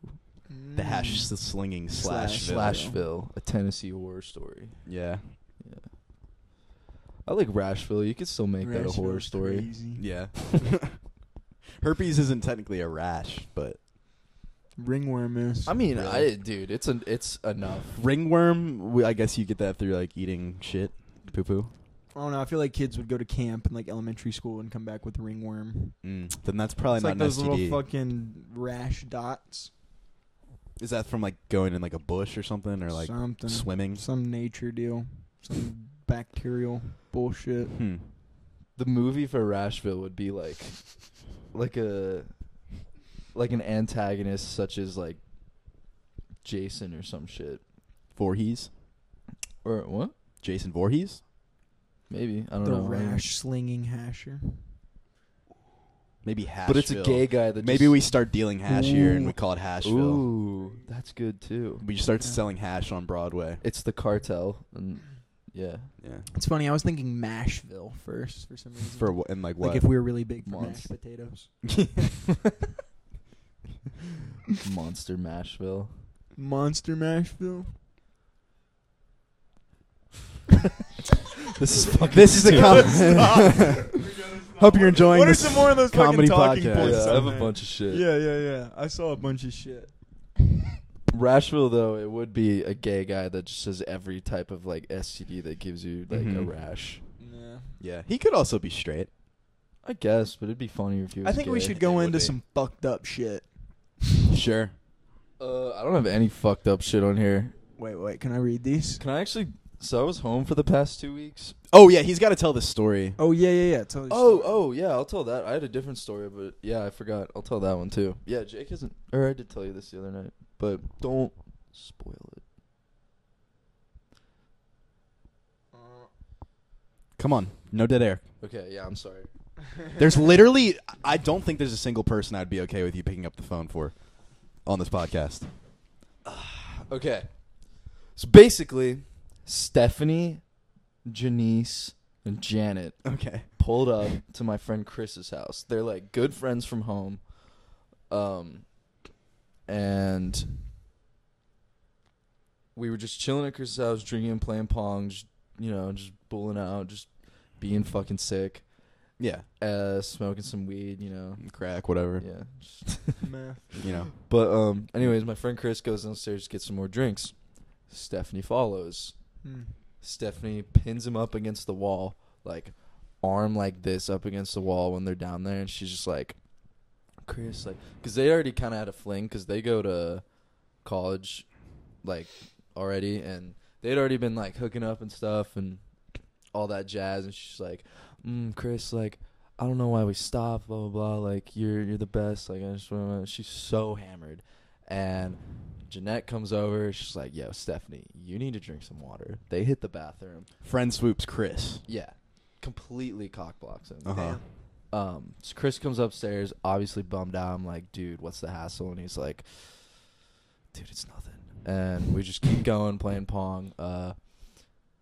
Mm. the hash the slinging Slash- Slashville. Slashville, a Tennessee horror story. Yeah, Yeah. I like Rashville. You could still make that a horror Rashville's story. crazy. yeah. Herpes isn't technically a rash, but Ringworm is. I mean, Really? I dude, it's an it's enough. ringworm. we- I guess you get that through like eating shit, poo poo. I don't know. I feel like kids would go to camp in like elementary school and come back with ringworm. Mm. Then that's probably it's not like an those STD. little fucking rash dots Is that from like going in like a bush or something, or like something, swimming? some nature deal, some bacterial bullshit. Hmm. The movie for Rashville would be like, like a, like an antagonist such as like, Jason or some shit Voorhees, or what? Jason Voorhees. Maybe I don't The know. rash slinging hasher. Maybe hash. But it's a gay guy that Maybe just- we start dealing hash here, and we call it Hashville. Ooh, that's good too. We start Yeah. selling hash on Broadway. It's the cartel and yeah, Yeah. It's funny. I was thinking Mashville first for some reason. For wh- and like what? like if we were really big for Months. mashed potatoes. Monster Mashville. Monster Mashville. This is fucking. this is a stupid. comedy. Hope you're enjoying What are this some more of those fucking comedy talking podcast. points? Yeah, I have a Okay. bunch of shit. Yeah, yeah, yeah. I saw a bunch of shit. Rashville though, it would be a gay guy that just has every type of like STD that gives you like a Mhm. rash. Nah. Yeah, he could also be straight. I guess, but it'd be funnier if he was. I think we gay. should go It would into be. some fucked up shit. Sure. Uh, I don't have any fucked up shit on here. Wait, wait. Can I read these? Can I actually? So I was home for the past two weeks. Oh yeah, he's got to tell this story. Oh yeah, yeah, yeah. Tell Oh, oh yeah, I'll tell that. I had a different story, but yeah, I forgot. I'll tell that one too. Yeah, Jake isn't. Or I did tell you this the other night, but don't spoil it. Come on, no dead air. Okay, yeah, I'm sorry. There's literally, I don't think there's a single person I'd be okay with you picking up the phone for on this podcast. Okay. So basically, Stephanie, Janice, and Janet Okay. pulled up to my friend Chris's house. They're like good friends from home. Um and we were just chilling at Chris's house, drinking and playing pong, just, you know, just bulling out, just being fucking sick, Yeah. uh, smoking some weed, you know. Crack, whatever. Yeah. just- Math. You know. But um, anyways, my friend Chris goes downstairs to get some more drinks. Stephanie follows. Hmm. Stephanie pins him up against the wall, like arm like this up against the wall when they're down there, and she's just like, Chris, like, because they already kind of had a fling, because they go to college, like, already, and they'd already been like hooking up and stuff and all that jazz, and she's like, mm, Chris, like. I don't know why we stopped, blah blah blah. Like you're you're the best. Like I just want to. She's so hammered, and Jeanette comes over. She's like, "Yo, Stephanie, you need to drink some water." They hit the bathroom. Friend swoops Chris. Yeah, completely cock blocks him. Uh-huh. Um, so Chris comes upstairs, obviously bummed out. I'm like, "Dude, what's the hassle?" And he's like, "Dude, it's nothing." and we just keep going playing pong. Uh,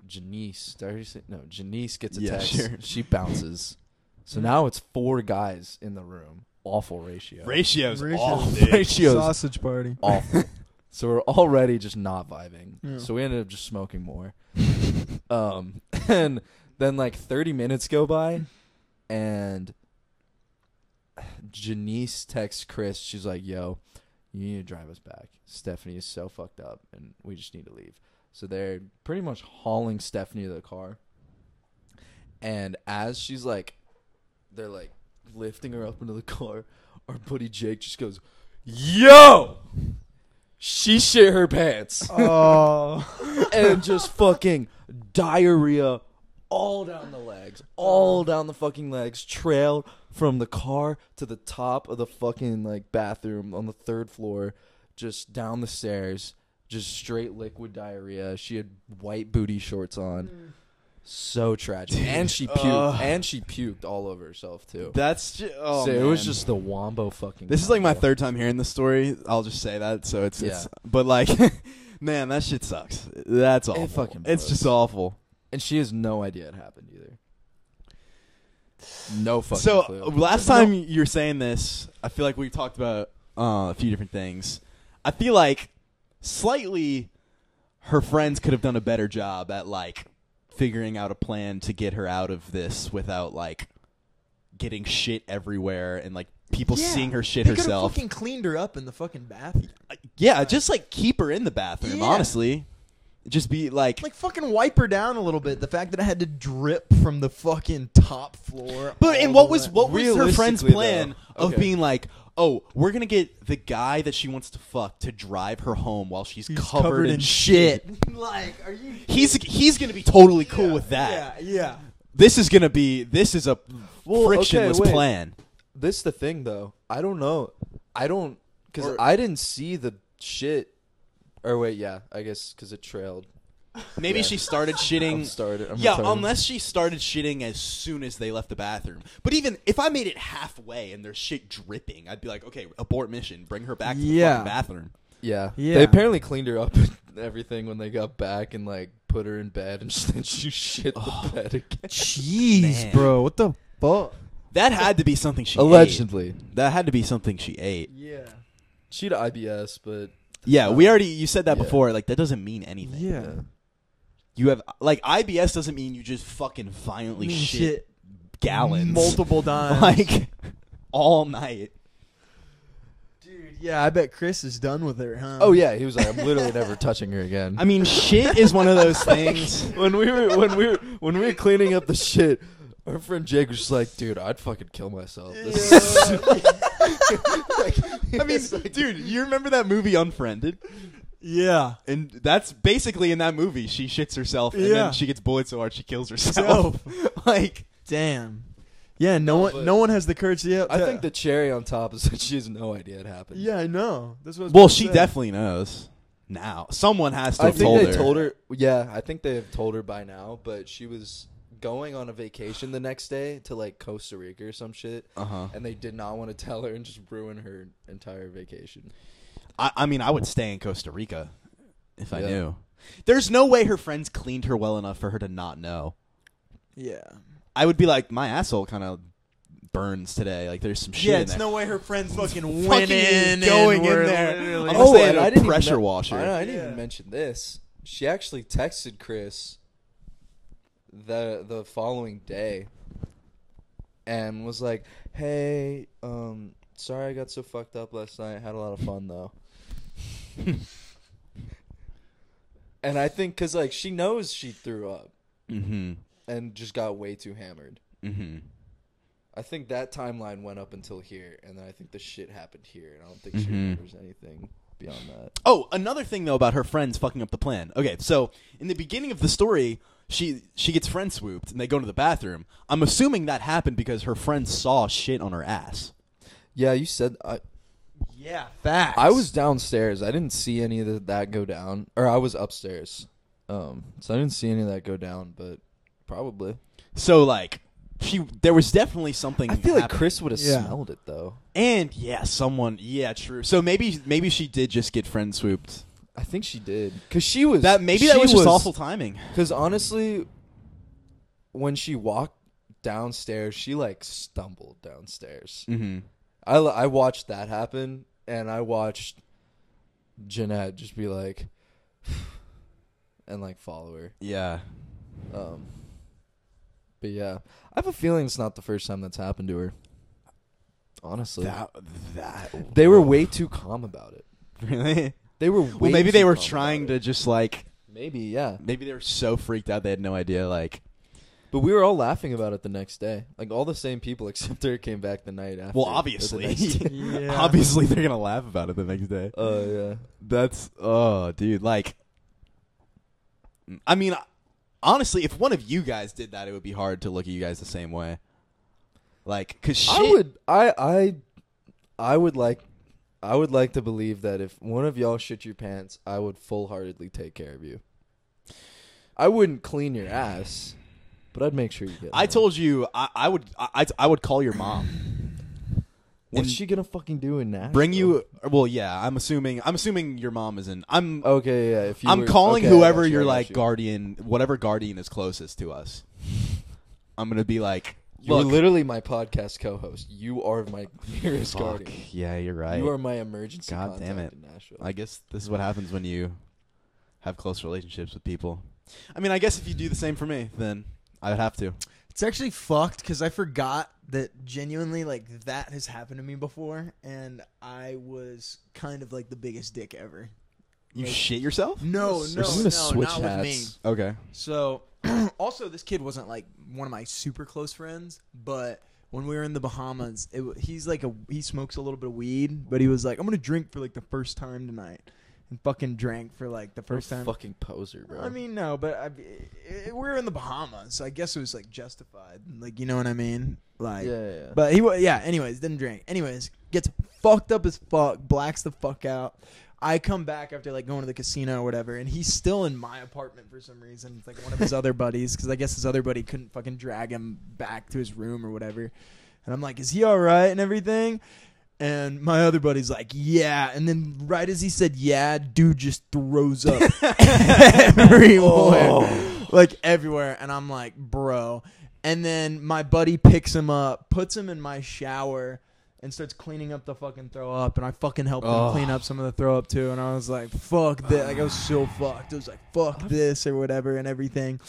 Janice, did I already say no? Janice gets a Yeah, text. sure. Mm-hmm. She bounces. So now it's four guys in the room. Awful ratio. Ratios, Ratios. off, dude. Ratio's Sausage party. awful. so we're already just not vibing. Yeah. So we ended up just smoking more. um, and then like 30 minutes go by, and Janice texts Chris. She's like, "Yo, you need to drive us back. Stephanie is so fucked up, and we just need to leave." So they're pretty much hauling Stephanie to the car. And as she's like, they're like lifting her up into the car, our buddy Jake just goes, Yo! She shit her pants. Oh. and just fucking diarrhea all down the legs. All down the fucking legs. Trailed from the car to the top of the fucking like bathroom on the third floor. Just down the stairs. Just straight liquid diarrhea. She had white booty shorts on. So tragic. and she puked. Ugh. and she puked all over herself too. That's just, uh, oh, so it was man. just the wombo fucking. This is like my combo. third time hearing this story. I'll just say that. So it's, it's Yeah. but like, man, that shit sucks. That's awful. fucking it's blows. just awful. and she has no idea it happened either. No fucking so clue. uh, last time you were saying this, I feel like we talked about uh, a few different things. I feel like slightly her friends could have done a better job at like figuring out a plan to get her out of this without like getting shit everywhere and like people seeing her shit they herself. Fucking cleaned her up in the fucking bathroom. yeah, just like keep her in the bathroom. Yeah. Honestly, just be like. Like fucking wipe her down a little bit. The fact that I had to drip from the fucking top floor. But and all what was the way- what was her friend's Realistically, though- plan of okay. being like, oh, we're gonna get the guy that she wants to fuck to drive her home while she's He's covered, in shit. like, are you? He's he's gonna be totally cool with that. Yeah, This is gonna be this is a frictionless okay, wait. plan. this the thing though. I don't know. I don't because Or- I didn't see the shit. Or wait, yeah, I guess because it trailed. Maybe Yeah. she started shitting. I'm started. I'm yeah, retarded. unless she started shitting as soon as they left the bathroom. But even if I made it halfway and there's shit dripping, I'd be like, okay, abort mission, bring her back to Yeah. the fucking bathroom. Yeah. Yeah. They apparently cleaned her up and everything when they got back and like put her in bed and then she shit the Oh. bed again. Jeez, Man. bro, what the fuck? That had to be something she ate. Allegedly, That had to be something she ate. Yeah. she had IBS, but Yeah, we already you said that Uh, Yeah. before. Like that doesn't mean anything. Yeah. You have like IBS doesn't mean you just fucking violently Mean shit, gallons multiple times. like all night. dude, yeah, I bet Chris is done with her, huh? oh yeah, he was like, I'm literally never touching her again. I mean, shit is one of those things. when we were when we were when we were cleaning up the shit, our friend Jake was just like, "Dude, I'd fucking kill myself." This is- I mean, dude, you remember that movie Unfriended? yeah. And that's basically in that movie she shits herself and Yeah. then she gets bullied so hard she kills herself. like Damn. Yeah, no but- one, no one has the courage yet. I think the cherry on top is that she has no idea it happened. Yeah, I know. That's what. I was well, gonna she say. definitely knows. Now, someone has to I have think told they her. told her. Yeah, I think they have told her by now. But she was going on a vacation the next day to like Costa Rica or some shit, Uh-huh. and they did not want to tell her and just ruin her entire vacation. I, I mean, I would stay in Costa Rica if I Yeah. knew. There's no way her friends cleaned her well enough for her to not know. Yeah. I would be like, my asshole kind of burns today. Like, there's some shit Yeah, in it's there. no way her friends fucking Fucking went in, going in and were there. literally- I'm Oh, saying a even pressure men- washer. I, know, I didn't Yeah. even mention this. She actually texted Chris the the following day and was like, "Hey, um, sorry I got so fucked up last night. Had a lot of fun though." and I think because like she knows she threw up mm-hmm. and just got way too hammered. Mm-hmm. I think that timeline went up until here, and then I think the shit happened here, and I don't think she Mhm. remembers anything beyond that. Oh, another thing though about her friends fucking up the plan. Okay, so in the beginning of the story, she she gets friend swooped and they go to the bathroom. I'm assuming that happened because her friend saw shit on her ass. Yeah, you said I. Yeah, facts. I was downstairs. I didn't see any of the, that go down, or I was upstairs, um, so I didn't see any of that go down. But probably, So like, she there was definitely something. I feel like happening. Chris would have Yeah. smelled it though. And yeah, someone. Yeah, true. So maybe maybe she did just get friend swooped I think she did because she was That maybe that she was just awful timing. Because honestly, when she walked downstairs, she like stumbled downstairs. Mm-hmm. I l- I watched that happen, and I watched Jeanette just be like, and like follow her. Yeah. Um, but yeah, I have a feeling it's not the first time that's happened to her. Honestly, That that they were way too calm about it. really. They were way Well, maybe too they were calm trying about to it. just like Maybe yeah, maybe they were so freaked out they had no idea like but we were all laughing about it the next day. Like all the same people, except her came back the night after. Well, or the obviously, next day. Yeah. obviously they're gonna laugh about it the next day. Oh yeah. That's oh, dude. Like, I mean, honestly, if one of you guys did that, it would be hard to look at you guys the same way. Like, cause shit. I would I I I would like I would like to believe that if one of y'all shit your pants, I would full heartedly take care of you. I wouldn't clean your ass, but I'd make sure you get. I home. told you, I, I would, I, I'd- I would call your mom. What's and she gonna fucking do in Nashville? Bring you. Well, yeah. I'm assuming. I'm assuming your mom is in. I'm. Okay, yeah. If you I'm were- calling okay, I whoever got you, I your got like you. guardian, whatever guardian is closest to us. I'm gonna be like, You're look, literally my podcast co-host. You are my nearest fuck, guardian. Yeah, you're right. You are my emergency God contact damn it. in Nashville. I guess this is what happens when you have close relationships with people. I mean, I guess if you do the same for me, then I'd have to. It's actually fucked because I forgot that genuinely, like, that has happened to me before, and I was kind of like the biggest dick ever. You Like- shit yourself? No, We're no, just gonna no, switch not with me. hats. Okay. So, also, this kid wasn't like one of my super close friends, but when we were in the Bahamas, it, wa- he's like a he smokes a little bit of weed, but he was like, "I'm gonna drink for like the first time tonight," and fucking drank for like the You're a first time. fucking poser, bro. I mean, no, but I, i i- we were in the Bahamas, so I guess it was like justified. Like, you know what I mean? Like, yeah, yeah, yeah. but he wa yeah. Anyways, didn't drink. Anyways, gets fucked up as fuck, blacks the fuck out. I come back after like going to the casino or whatever, and he's still in my apartment for some reason. It's like one of his other buddies, because I guess his other buddy couldn't fucking drag him back to his room or whatever. And I'm like, is he all right and everything? And my other buddy's like, yeah. And then right as he said, yeah, dude just throws up everywhere. Oh. Oh. Like everywhere. And I'm like, bro. And then my buddy picks him up, puts him in my shower, and starts cleaning up the fucking throw up. And I fucking helped Oh. him clean up some of the throw up too. And I was like, fuck this. Like, I was so fucked. It was like, fuck this or whatever and everything.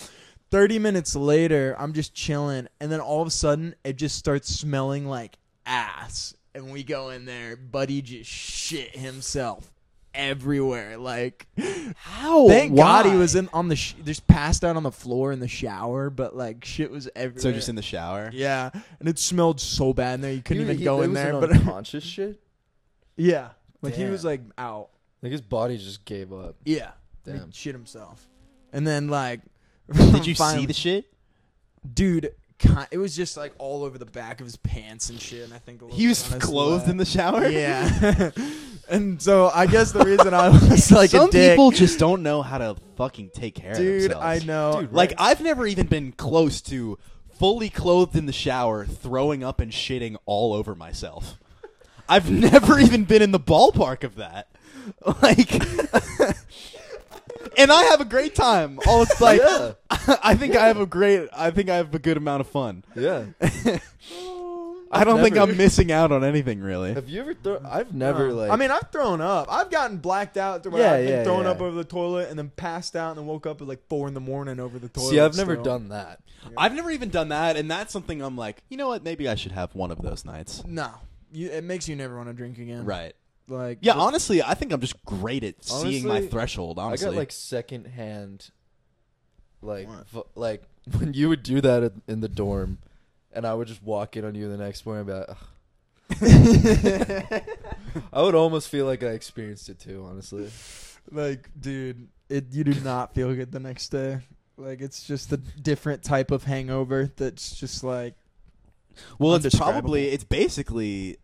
30 minutes later, I'm just chilling. And then all of a sudden, it just starts smelling like ass. And we go in there. Buddy just shit himself everywhere. Like, How? thank God he was in on the, sh- just passed out on the floor in the shower, but like shit was everywhere. So just in the shower. yeah. And it smelled so bad in there. You couldn't Dude, even he- go it in was there. an But unconscious shit. yeah. Like he Damn. was like out. Like his body just gave up. Yeah. He Damn. shit himself. And then like, Did you see finally- the shit? dude ki- it was just like all over the back of his pants and shit and i think a little He was bit on his clothed lap. in the shower. yeah and so i guess the reason i was like Some a dick people just don't know how to fucking take care of dude themselves. i know Dude, Like Right. I've never even been close to fully clothed in the shower, throwing up and shitting all over myself. I've never even been in the ballpark of that. Like And I have a great time. All Oh, it's like Yeah. I think I have a great I think I have a good amount of fun. Yeah. I don't think Never. I'm missing out on anything really. Have you ever thrown? I've never Um, like. I mean, I've thrown up. I've gotten blacked out to where Yeah, I've been yeah, thrown yeah. up over the toilet and then passed out and then woke up at like four in the morning over the toilet. see, I've never still. done that. I've never even done that and that's something I'm like, you know what, maybe I should have one of those nights. No, you, it makes you never want to drink again. Right. Like Yeah, but- honestly, I think I'm just great at seeing my Honestly, threshold, honestly. I got like secondhand, like What? v- like when you would do that in, in the dorm, and I would just walk in on you the next morning. And be like, "Ugh." I would almost feel like I experienced it too. Honestly, Like, dude, it you do not feel good the next day. Like, it's just a different type of hangover that's just like, Well, it's Undescribable. probably it's basically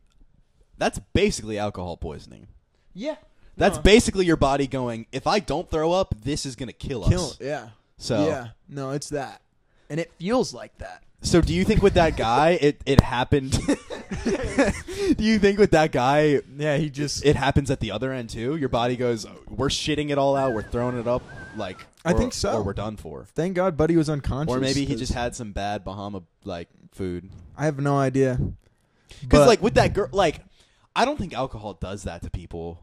that's basically alcohol poisoning. yeah, That's No. basically your body going, if I don't throw up, this is going to kill us. kill, yeah, So, yeah. No, it's that, and it feels like that. So do you think with that guy it it happened? do you think with that guy Yeah, he just. it happens at the other end too? Your body goes, we're shitting it all out, we're throwing it up, like I or- think so. or we're done for. thank God, Buddy was unconscious. Or maybe he just 'cause had some bad Bahama like food. I have no idea. Because But- like with that girl, like I don't think alcohol does that to people,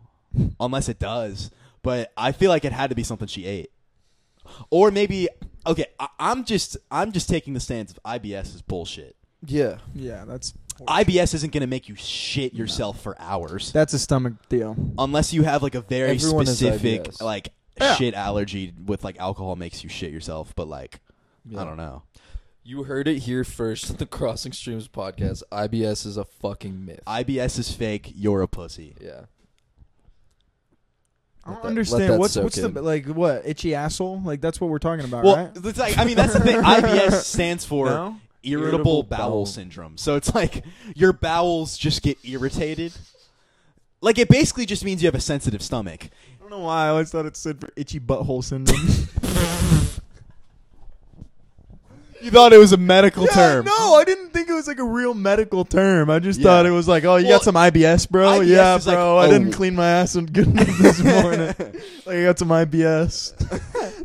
unless it does. But I feel like it had to be something she ate, or maybe okay. I, I'm just I'm just taking the stance of IBS is bullshit. Yeah. Yeah, that's IBS isn't gonna make you shit yourself for hours that's a stomach deal. unless you have like a very Everyone has specific IBS. like shit allergy with like alcohol makes you shit yourself. But like I don't know. You heard it here first at the Crossing Streams podcast. IBS is a fucking myth. IBS is fake. You're a pussy. yeah. I don't that- let understand that what's soak what's the in. like what itchy asshole like that's what we're talking about Well, right? it's like I mean that's the thing. IBS stands for No? irritable, Irritable bowel, bowel. syndrome. So it's like your bowels just get irritated. Like it basically just means you have a sensitive stomach. I don't know why I always thought it stood for itchy butthole syndrome. You thought it was a medical Yeah, term. No, I didn't think it was like a real medical term. I just Yeah. thought it was like, oh, you Well, got some IBS, bro. IBS yeah, is like, bro. oh. I didn't clean my ass and good enough this morning. like, I got some IBS.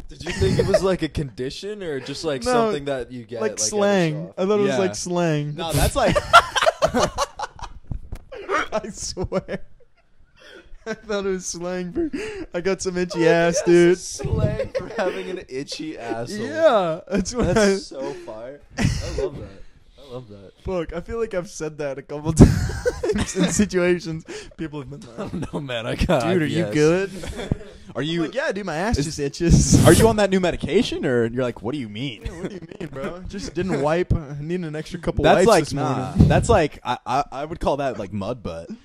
Did you think it was like a condition or just like No, something that you get like at a slang. shop? I thought it was Yeah. like slang. No, that's like I swear. I thought it was slang for I got some itchy IBS Oh, ass, is dude. Slang for having an itchy asshole. Yeah, that's what I, That's so fire. I love that. I love that. Fuck, I feel like I've said that a couple times in situations. People have been like, don't know, man. I got. "Dude, are you IBS. good?" Oh, Are You, you like, yeah, dude, my ass Is- just itches. are you on that new medication or you're like what do you mean? Yeah, what do you mean, bro? Just didn't wipe. I need an extra couple That's wipes like this nah. morning. That's like I, I I would call that like mud butt.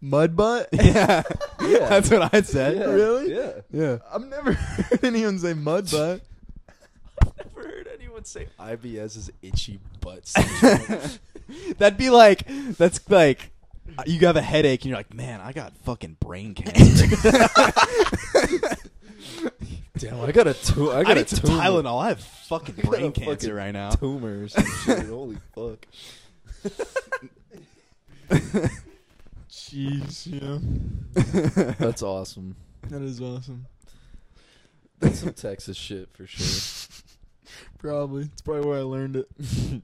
Mud butt? Yeah. Yeah. That's what I said. Yeah. Really? Yeah. Yeah. I've never heard anyone say mud butt. I've never heard anyone say IBS is itchy butt syndrome. That'd be like that's like uh, you have a headache and you're like, man, I got fucking brain cancer. Damn, I got a tu- I I, got a need some tumor. Tylenol. I have fucking I got a brain fucking cancer right now. Tumors. and shit. Holy fuck. Jeez, yeah. That's awesome. That is uh, awesome. That's some Texas shit for sure. Probably. It's probably where I learned it.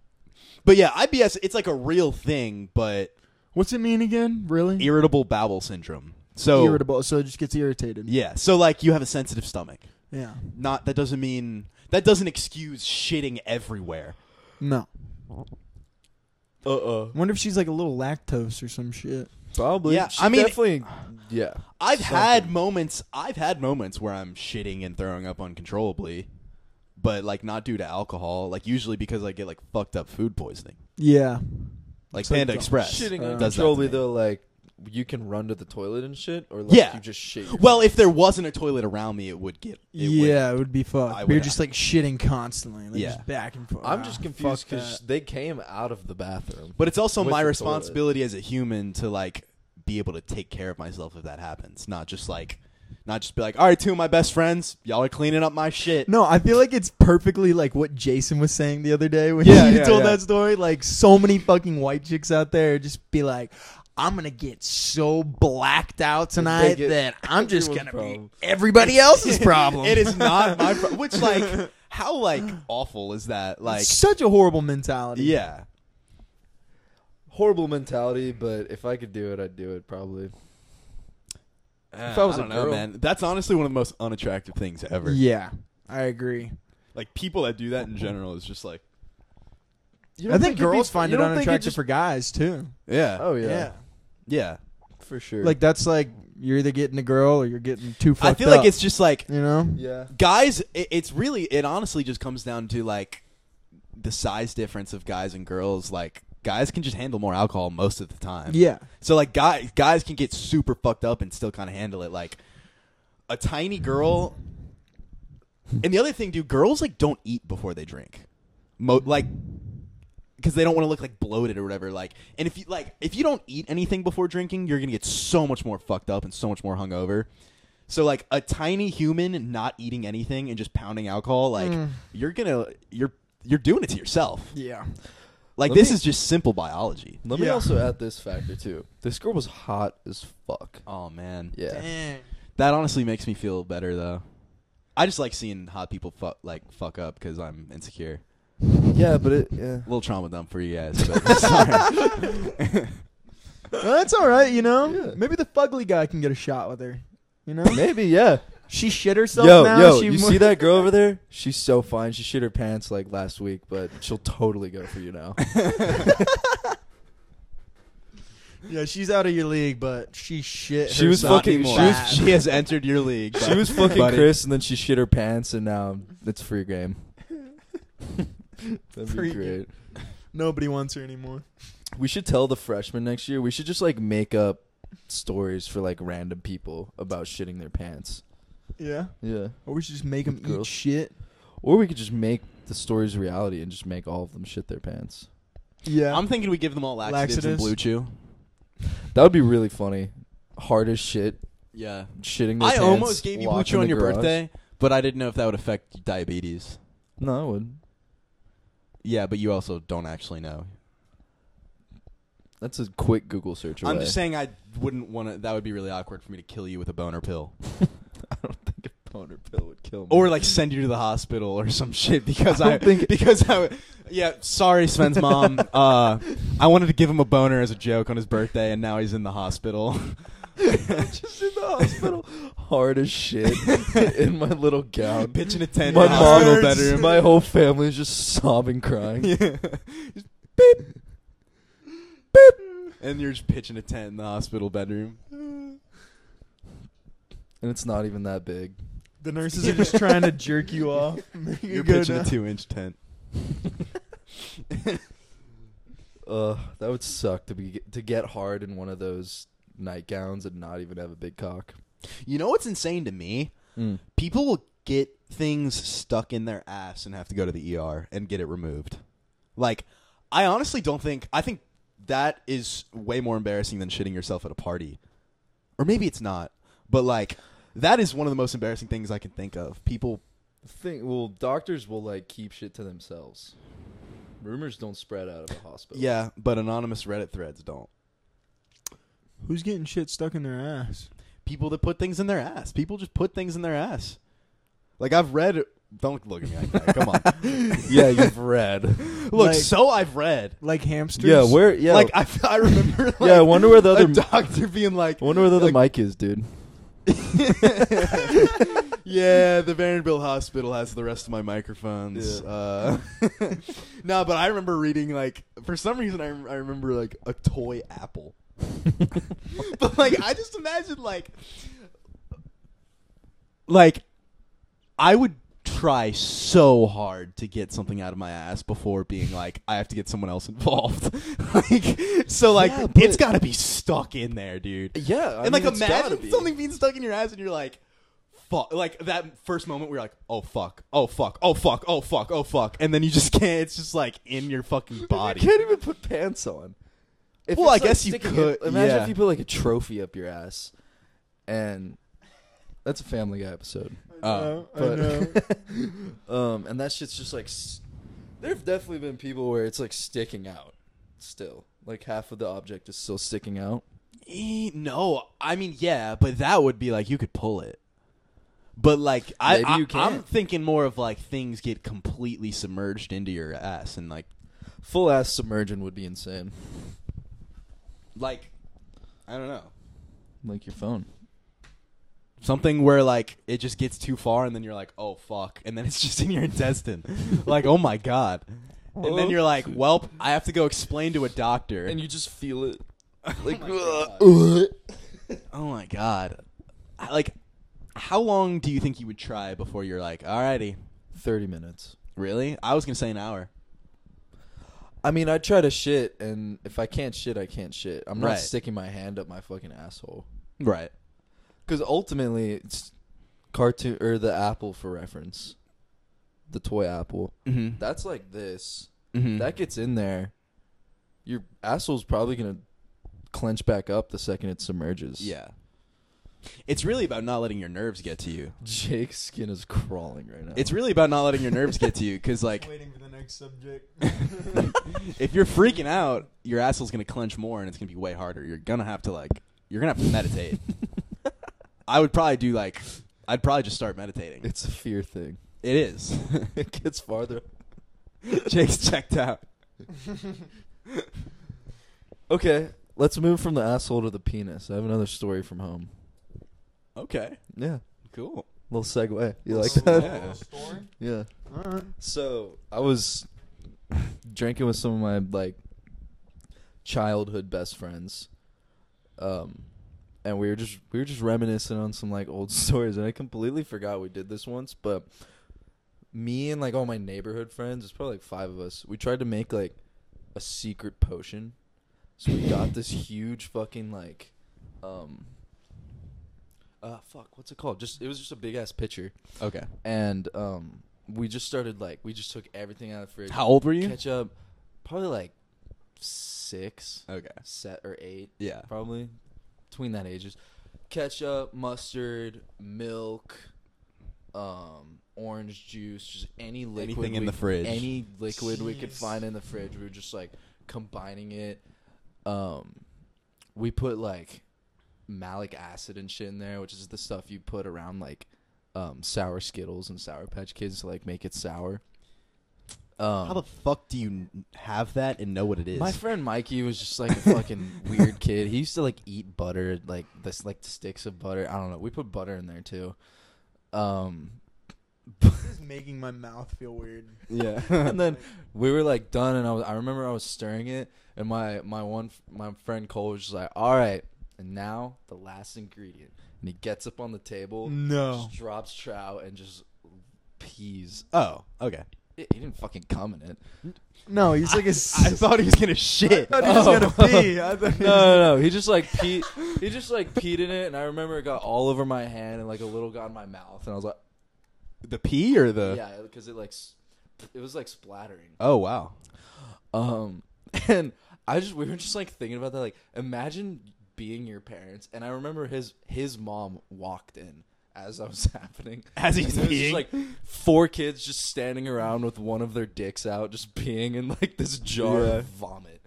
but yeah, IBS. It's like a real thing, but What's it mean again? Really? irritable bowel syndrome. So Irritable. So it just gets irritated. yeah, so like you have a sensitive stomach. Yeah. Not that doesn't mean that doesn't excuse shitting everywhere. No. Uh uh I wonder if she's like a little lactose or some shit. Probably. Yeah, She I mean- definitely. Yeah. I've Something. had moments. I've had moments where I'm shitting and throwing up uncontrollably, but like not due to alcohol. Like usually because I get like fucked up food poisoning, Yeah. like So Panda dumb. Express. Shitting Uh, does that to uncontrollably me. though, like you can run to the toilet and shit, or like Yeah. you just shit. Well, if there wasn't a toilet around me, it would get. It yeah, Would, it would be fucked. I But You're would- just like shitting constantly. Like Yeah. just back and forth. I'm Ah, just confused fuck because that. they came out of the bathroom. but it's also With my the responsibility as a human to like be able to take care of myself if that happens. Not just like, not just be like, all right, two of my best friends, y'all are cleaning up my shit. No, I feel like it's perfectly like what Jason was saying the other day when Yeah, he yeah, told yeah. that story. Like so many fucking white chicks out there just be like, I'm gonna get so blacked out tonight get that I'm just gonna everyone's problem." be everybody else's problem. it is not my. Pro- which like, how like awful is that? Like, such a horrible mentality. yeah. Horrible mentality, but if I could do it, I'd do it probably. If I was Uh, don't a know, girl- man, that's honestly one of the most unattractive things ever. Yeah. I agree. Like people that do that in general is just like, You I think, it'd be girls fu- find it you don't think unattractive just- for guys too. yeah, Oh yeah, yeah. for sure. Like that's like you're either getting a girl or you're getting too fucked I feel up, like it's just like you know. yeah, guys. It, it's really, it honestly just comes down to like the size difference of guys and girls. Like guys can just handle more alcohol most of the time. Yeah. So like guys, guys can get super fucked up and still kind of handle it. Like a tiny girl. And the other thing, dude, girls like don't eat before they drink, Mo- like because they don't want to look like bloated or whatever. Like, and if you like, if you don't eat anything before drinking, you're gonna get so much more fucked up and so much more hungover. So like a tiny human not eating anything and just pounding alcohol, like Mm. you're gonna you're you're doing it to yourself. Yeah. Like Let this me- is just simple biology. Let me Yeah. also add this factor too. This girl was hot as fuck. Oh man, Yeah. Dang. that honestly makes me feel better though. I just like seeing hot people fuck like fuck up because I'm insecure. Yeah, but it yeah. A little trauma dump for you guys. But sorry. Well, that's all right, you know. Yeah. Maybe the fugly guy can get a shot with her. You know, Maybe, yeah. she shit herself Yo, now. yo, she you mo- see that girl over there? She's so fine. She shit her pants like last week, but she'll totally go for you now. Yeah, she's out of your league, but she shit. She was herself fucking- anymore. she was- she has entered your league. she was fucking buddy. Chris, and then she shit her pants, and now it's free game. That'd Free be game. great. Nobody wants her anymore. We should tell the freshmen next year. We should just like make up stories for like random people about shitting their pants. Yeah, Yeah. or we should just make him eat Girls. shit. Or we could just make the stories reality and just make all of them shit their pants. Yeah, I'm thinking we give them all laxatives, and Laxatives. blue chew. That would be really funny. Hard as shit, Yeah. shitting their I pants. almost gave you blue walk chew in on the your garage. birthday, but I didn't know if that would affect diabetes. No, I wouldn't. Yeah, but you also don't actually know. That's a quick Google search away. I'm just saying I wouldn't want to. That would be really awkward for me to kill you with a boner pill, I don't think a boner pill would kill me. or like send you to the hospital or some shit because I I, don't think- because I yeah. Sorry, Sven's mom. uh, I wanted to give him a boner as a joke on his birthday, and now he's in the hospital. just in the hospital, hard as shit, in my little gown. Pitching a tent My in the hospital mom- bedroom. My whole family is just sobbing, crying. Yeah. Just beep. Beep. And you're just pitching a tent in the hospital bedroom. And it's not even that big. the nurses are just trying to jerk you off. Make you You're go pitching a down. two inch tent. Uh, that would suck to be to get hard in one of those nightgowns and not even have a big cock. You know what's insane to me? Mm. People will get things stuck in their ass and have to go to the ER and get it removed. Like, I honestly don't think. I think that is way more embarrassing than shitting yourself at a party. Or maybe it's not. But, like, that is one of the most embarrassing things I can think of. People. Thing, well, doctors will like keep shit to themselves. Rumors don't spread out of a hospital. Yeah, but anonymous Reddit threads don't. Who's getting shit stuck in their ass? people that put things in their ass. People just put things in their ass. Like I've read. Don't look at me like that. Come on. yeah, you've read. look, Like- so I've read. Like hamsters? yeah, where? Yeah, Like I, I remember. Like, yeah. I wonder where the other. a doctor being like, I wonder where the other like, mic is, dude. yeah, the Vanderbilt Hospital has the rest of my microphones. Yeah. Uh, no, but I remember reading like for some reason I, rem- I remember like a toy apple. but like I just imagine like like I would try so hard to get something out of my ass before being like I have to get someone else involved. like so like Yeah, but- it's got to be stuck in there, dude. Yeah, I and like mean, it's gotta imagine be. something being stuck in your ass and you're like fuck like that first moment where you're like oh fuck, oh fuck, oh fuck, oh fuck, oh fuck and then you just can't it's just like in your fucking body. You can't even put pants on. If Well, it's, I guess you sticking could- in- imagine yeah. if you put like a trophy up your ass, and that's a Family Guy episode. Uh, I but- know. Um, and that shit's just like, s there have definitely been people where it's like sticking out, still. Like half of the object is still sticking out. Eh, no, I mean yeah, but that would be like you could pull it. But like I, Maybe I you I'm can't. thinking more of like things get completely submerged into your ass and like Full ass submergent would be insane. like I don't know. Like your phone. Something where like it just gets too far and then you're like, "Oh fuck." And then it's just in your intestine. like, "Oh my god." And then you're like, "Welp, I have to go explain to a doctor." And you just feel it. Like, oh my god. I, like how long do you think you would try before you're like, "Alrighty." 30 minutes. Really? I was going to say an hour. I mean, I try to shit, and if I can't shit, I can't shit. I'm not Right. sticking my hand up my fucking asshole. Right. Because ultimately, it's cartoon or the apple for reference, the toy apple. Mm-hmm. That's like this. mm-hmm. That gets in there. Your asshole's probably gonna clench back up the second it submerges. yeah. It's really about not letting your nerves get to you. Jake's skin is crawling right now. It's really about not letting your nerves get to you because, like, waiting for the next subject. if you're freaking out, your asshole's gonna clench more, and it's gonna be way harder. You're gonna have to like, you're gonna have to meditate. I would probably do like, I'd probably just start meditating. it's a fear thing. It is. it gets farther. Jake's checked out. Okay, let's move from the asshole to the penis. I have another story from home. Okay, Yeah, cool. little segue. You like Little- that? little story? Yeah. All right. So I was drinking with some of my like childhood best friends, um, and we were just we were just reminiscing on some like old stories, and I completely forgot we did this once. But me and like all my neighborhood friends, it's probably like five of us, we tried to make like a secret potion. So we got this huge fucking like, um, uh, fuck, what's it called? Just it was just a big ass pitcher Okay. and um, we just started like we just took everything out of the fridge. How old were you? Ketchup, probably like six, Okay. set or eight, Yeah. probably between that ages. Ketchup, mustard, milk, um, orange juice, just any liquid. Anything in we- the fridge. Any liquid we could Jeez. find in the fridge. We were just like combining it. Um, we put like malic acid and shit in there, which is the stuff you put around like um, sour Skittles and sour Patch Kids to like make it sour. Um, How the fuck do you n- have that and know what it is? my friend Mikey was just like a fucking weird kid. He used to like eat butter, like this, like sticks of butter. I don't know. We put butter in there too. Um, This is making my mouth feel weird. yeah. and then we were like done, and I was, I remember I was stirring it, and my my one f- my friend Cole was just like, "All right, and now the last ingredient." And he gets up on the table, No. just drops trout, and just pees. oh, okay. He he didn't fucking come in it. No, he's like a. I thought he was gonna shit. I thought he was Oh. gonna pee. I thought he no, was- no, no. He just like peed. He just like peed in it, and I remember it got all over my hand and like a little got in my mouth, and I was like, The pee or the? yeah, because it like s- it was like splattering. Oh wow. Um, and I just we were just like thinking about that. Like, imagine being your parents, and I remember his his mom walked in as that was happening, As he's And it was peeing? just, like four kids just standing around with one of their dicks out, just peeing in like this jar Yeah. of vomit.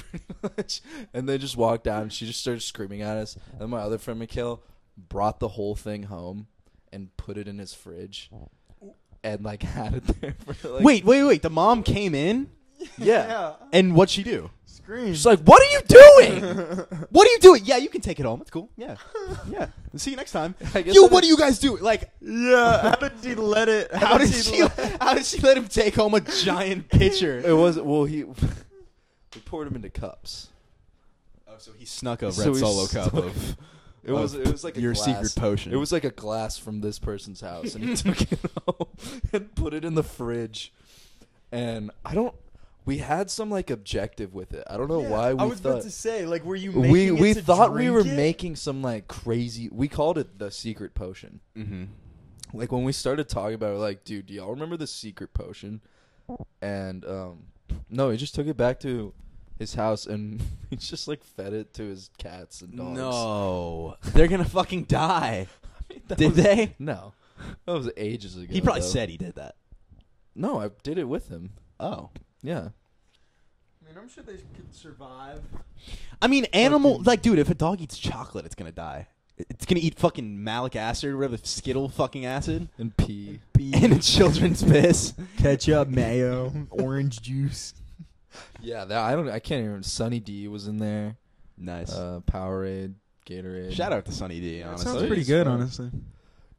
Pretty much, and they just walked out, and she just started screaming at us. And then my other friend Mikhail brought the whole thing home and put it in his fridge, and like had it there for like wait, wait, wait. The mom came in, Yeah. yeah. and what'd she do? Scream. She's like, "What are you doing?" What are you doing? Yeah, you can take it home. It's cool. Yeah, yeah. See you next time. I guess You, that what do is- you guys do? Like, yeah. How did she let it? How, how did did she? How did she let him take home a giant pitcher? It was well he we poured him into cups. Oh, so he snuck a red So he solo snuck- cup of. It was of it was like a your glass. secret potion. It was like a glass from this person's house, and he took it home and put it in the fridge. And I don't. We had some like objective with it. I don't know Yeah, why we I was about thought to say, like, were you making we it we to thought we drink were it? making some like crazy. We called it the secret potion. Mm-hmm. like when we started talking about it, we're like, dude, do y'all remember the secret potion? And um no, he just took it back to his house and he just like fed it to his cats and dogs. No, they're gonna fucking die. That Did was- they? No. That was ages ago. He probably though. said he did that. No, I did it with him. Oh, Yeah. I mean, I'm sure they could survive. I mean, animal. Fucking- Like, dude, if a dog eats chocolate, it's gonna die. It's gonna eat fucking malic acid or whatever, Skittle fucking acid, And pee. and it's children's piss. Ketchup, mayo, orange juice. Yeah, that, I don't I can't even Sunny D was in there. Nice. Uh Powerade, Gatorade. Shout out to Sunny D. That Honestly, sounds pretty good, Fine. honestly.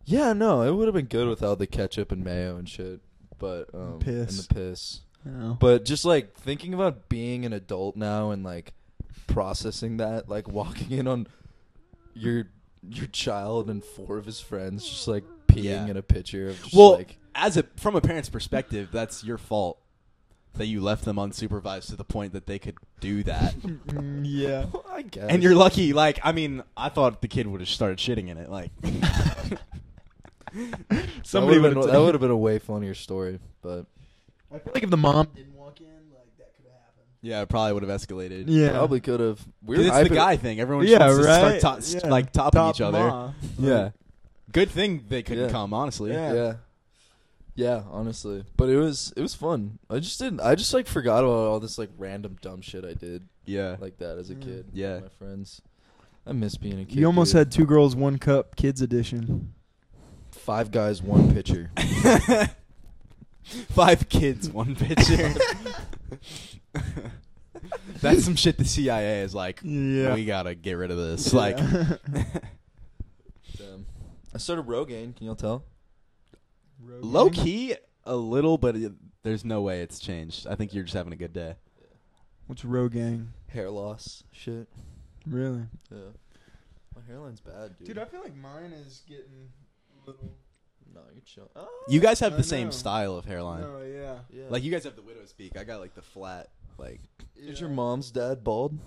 Yeah, no, it would have been good without the ketchup and mayo and shit. But um and Piss. the piss. No. But just like thinking about being an adult now and like processing that, like walking in on your your child and four of his friends just like peeing Yeah. in a pitcher of just well, like as a from a parent's perspective, that's your fault that you left them unsupervised to the point that they could do that. Mm, yeah. I guess. and you're lucky. Like, I mean, I thought the kid would have started shitting in it. Like, somebody would've that would have t- that would have been a way funnier story, but I feel like if the mom didn't walk in, like that could have happened. Yeah, it probably would have escalated. Yeah. Probably could have. We 'Cause were It's hyper- the guy thing. Everyone Yeah, just wants right? to start to- Yeah. like topping Top each other. ma. Yeah. Good thing they couldn't Yeah. come, honestly. Yeah. Yeah. Yeah, honestly. But it was it was fun. I just didn't I just like forgot about all this like random dumb shit I did Yeah. like that as a Mm. kid. with Yeah. My friends. I miss being a kid. You almost dude. had two girls, one cup, kids edition. five guys, one pitcher. Five kids, one picture. That's some shit the CIA is like, Yeah. we gotta get rid of this. Like, Damn. um, I started Rogaine, can y'all tell? low key, a little, but it, there's no way it's changed. I think you're just having a good day. What's Rogaine? Hair loss shit. Really? Yeah. My hairline's bad, dude. Dude, I feel like mine is getting a little. no, you're chill. Ah. Oh, You guys have the I same know. style of hairline. Oh yeah. yeah. Like, you guys have the widow's peak. I got, like, the flat, like, Is your mom's dad bald?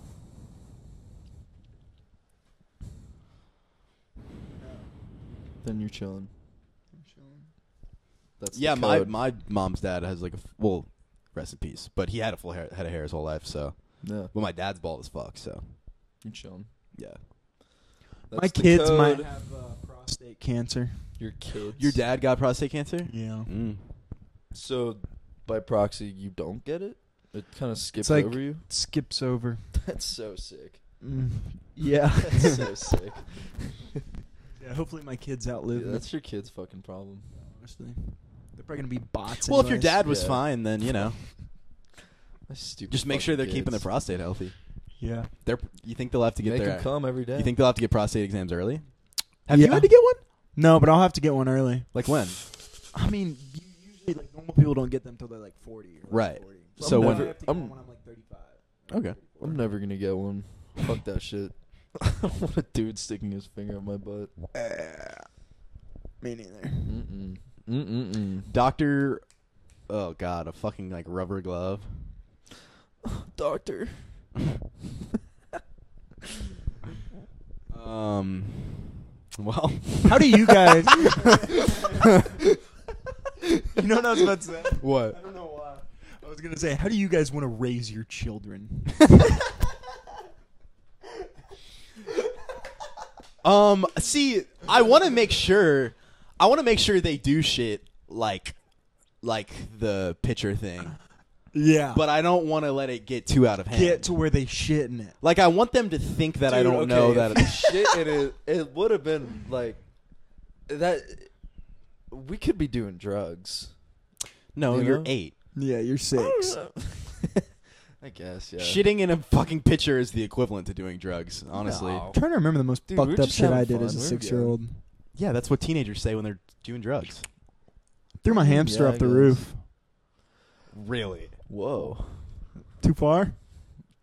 Then you're chilling. That's the yeah, my, code. my mom's dad has like a f- well, rest in peace. But he had a full hair, head of hair his whole life. So, yeah, but my dad's bald as fuck. So, you're chilling. yeah, That's My the kids code. might have uh, prostate cancer. Your kids. your dad got prostate cancer. Yeah. Mm. So, by proxy, you don't get it. It kind of skips like- over you. Skips over. That's so sick. Mm. Yeah. That's so sick. yeah. Hopefully my kids Yeah, outlive me. that's your kid's fucking problem. Honestly, they're probably gonna be bots. Well, if your anyways. dad was Yeah. fine, then you know, My stupid. just make sure they're fucking keeping their kids. prostate healthy. Yeah. They're you think they'll have to get Make their them come every day. you think they'll have to get prostate exams early? Have you Yeah. had to get one? No, but I'll have to get one early. Like when? I mean, you usually like normal people don't get them till they're like forty. Or like, Right. 40. So I'm when- never- I have to get I'm- one when I'm like thirty-five. Okay. I'm never gonna get one. Fuck that shit. I don't want a dude sticking his finger up my butt. Me neither. Mm-mm. Mm-mm. Doctor, oh god, a fucking like rubber glove. Doctor. Um, well, How do you guys? you know what I was about to say? What? I don't know why. I was gonna say, how do you guys want to raise your children? Um, see, I want to make sure, I want to make sure they do shit like, like the pitcher thing, yeah. but I don't want to let it get too out of hand. get to where they shit in it. like I want them to think that I Dude, don't okay, know if that. you shit. It is. It would have been like that. We could be doing drugs. no, you you are know? eight. Yeah, you're six. I guess. Yeah. Shitting in a fucking pitcher is the equivalent to doing drugs, honestly. No. trying to remember the most Dude, we fucked were up just shit I having did as a fun. We were six year old. Yeah, that's what teenagers say when they're doing drugs. Threw my hamster Yeah, off I the guess. roof. Really? Whoa. Too far?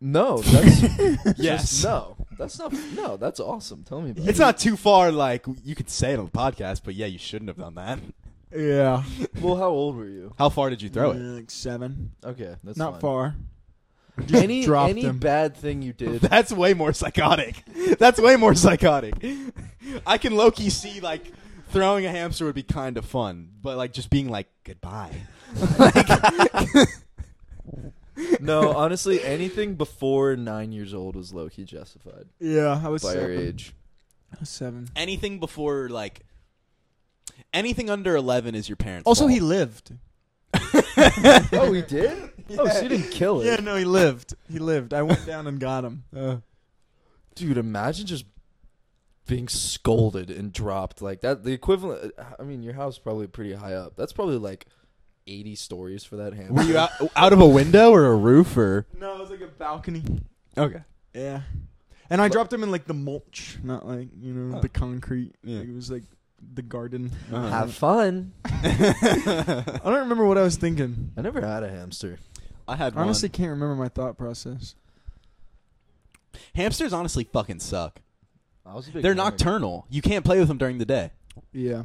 No. That's Yes. no. That's not. No. That's awesome. Tell me about It's it. not too far. Like you could say it on the podcast, but yeah, you shouldn't have done that. Yeah. Well, how old were you? How far did you throw it? Yeah, Like seven. Okay. That's Not fine. far. Any dropped any him. bad thing you did. That's way more psychotic. That's way more psychotic. I can low key see like throwing a hamster would be kind of fun, but like just being like goodbye. no. Honestly, anything before nine years old was low key justified Yeah, I was by your seven. age. I was seven. Anything before like anything under eleven is your parents. Also, fault. he lived. Oh, he did. Oh, so you didn't kill it. Yeah, no, he lived. He lived. I went down and got him. Dude, imagine just being scolded and dropped like that. The equivalent. I mean, your house is probably pretty high up. That's probably like eighty stories for that were hamster. you out, out of a window or a roof or no, it was like a balcony. okay. Yeah. And I dropped him in like the mulch, not like, you know, Oh. the concrete. Yeah. Like, it was like the garden. Uh-huh. Have fun. I don't remember what I was thinking. I never had a hamster. I had I honestly can't remember my thought process. one. hamsters. Honestly, fucking suck. I was a big They're hamster. nocturnal. You can't play with them during the day. Yeah.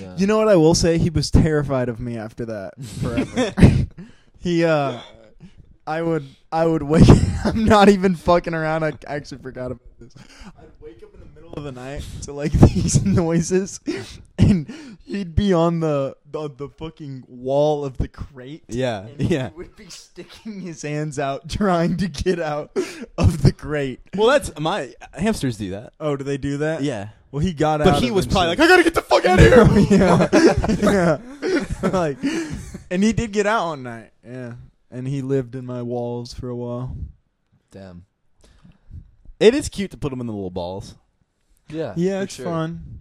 Yeah. You know what I will say? He was terrified of me after that forever. he uh I would I would wake. I'm not even fucking around. I actually forgot about this. I'd wake up in the middle of the night to like these noises, and he'd be on the the, the fucking wall of the crate. Yeah, and yeah. He would be sticking his hands out trying to get out of the crate. Well, that's my hamsters do that. Oh, do they do that? Yeah, Well, he got out. but he was probably like, I gotta get the fuck out of here. yeah. yeah. like, and he did get out one night. Yeah. And he lived in my walls for a while. Damn. It is cute to put them in the little balls. Yeah. Yeah, for it's sure. fun.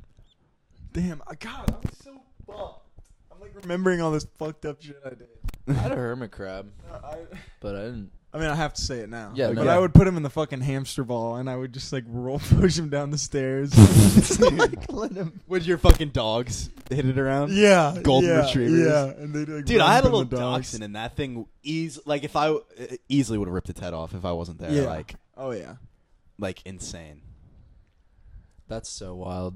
Damn, I, God, I'm so fucked. I'm like remembering all this fucked up shit I did. I had a hermit crab, uh, I, but I didn't. I mean, I have to say it now. Yeah, Like, no. but Yeah. I would put him in the fucking hamster ball, and I would just like roll push him down the stairs. like, let him. Would your fucking dogs hit it around? Yeah, Golden yeah, retrievers. Yeah, and they like Dude, run I had a from the little dogs. dachshund, and that thing eas like if I it easily would have ripped its head off if I wasn't there. Yeah. Like, Oh yeah. like insane. That's so wild.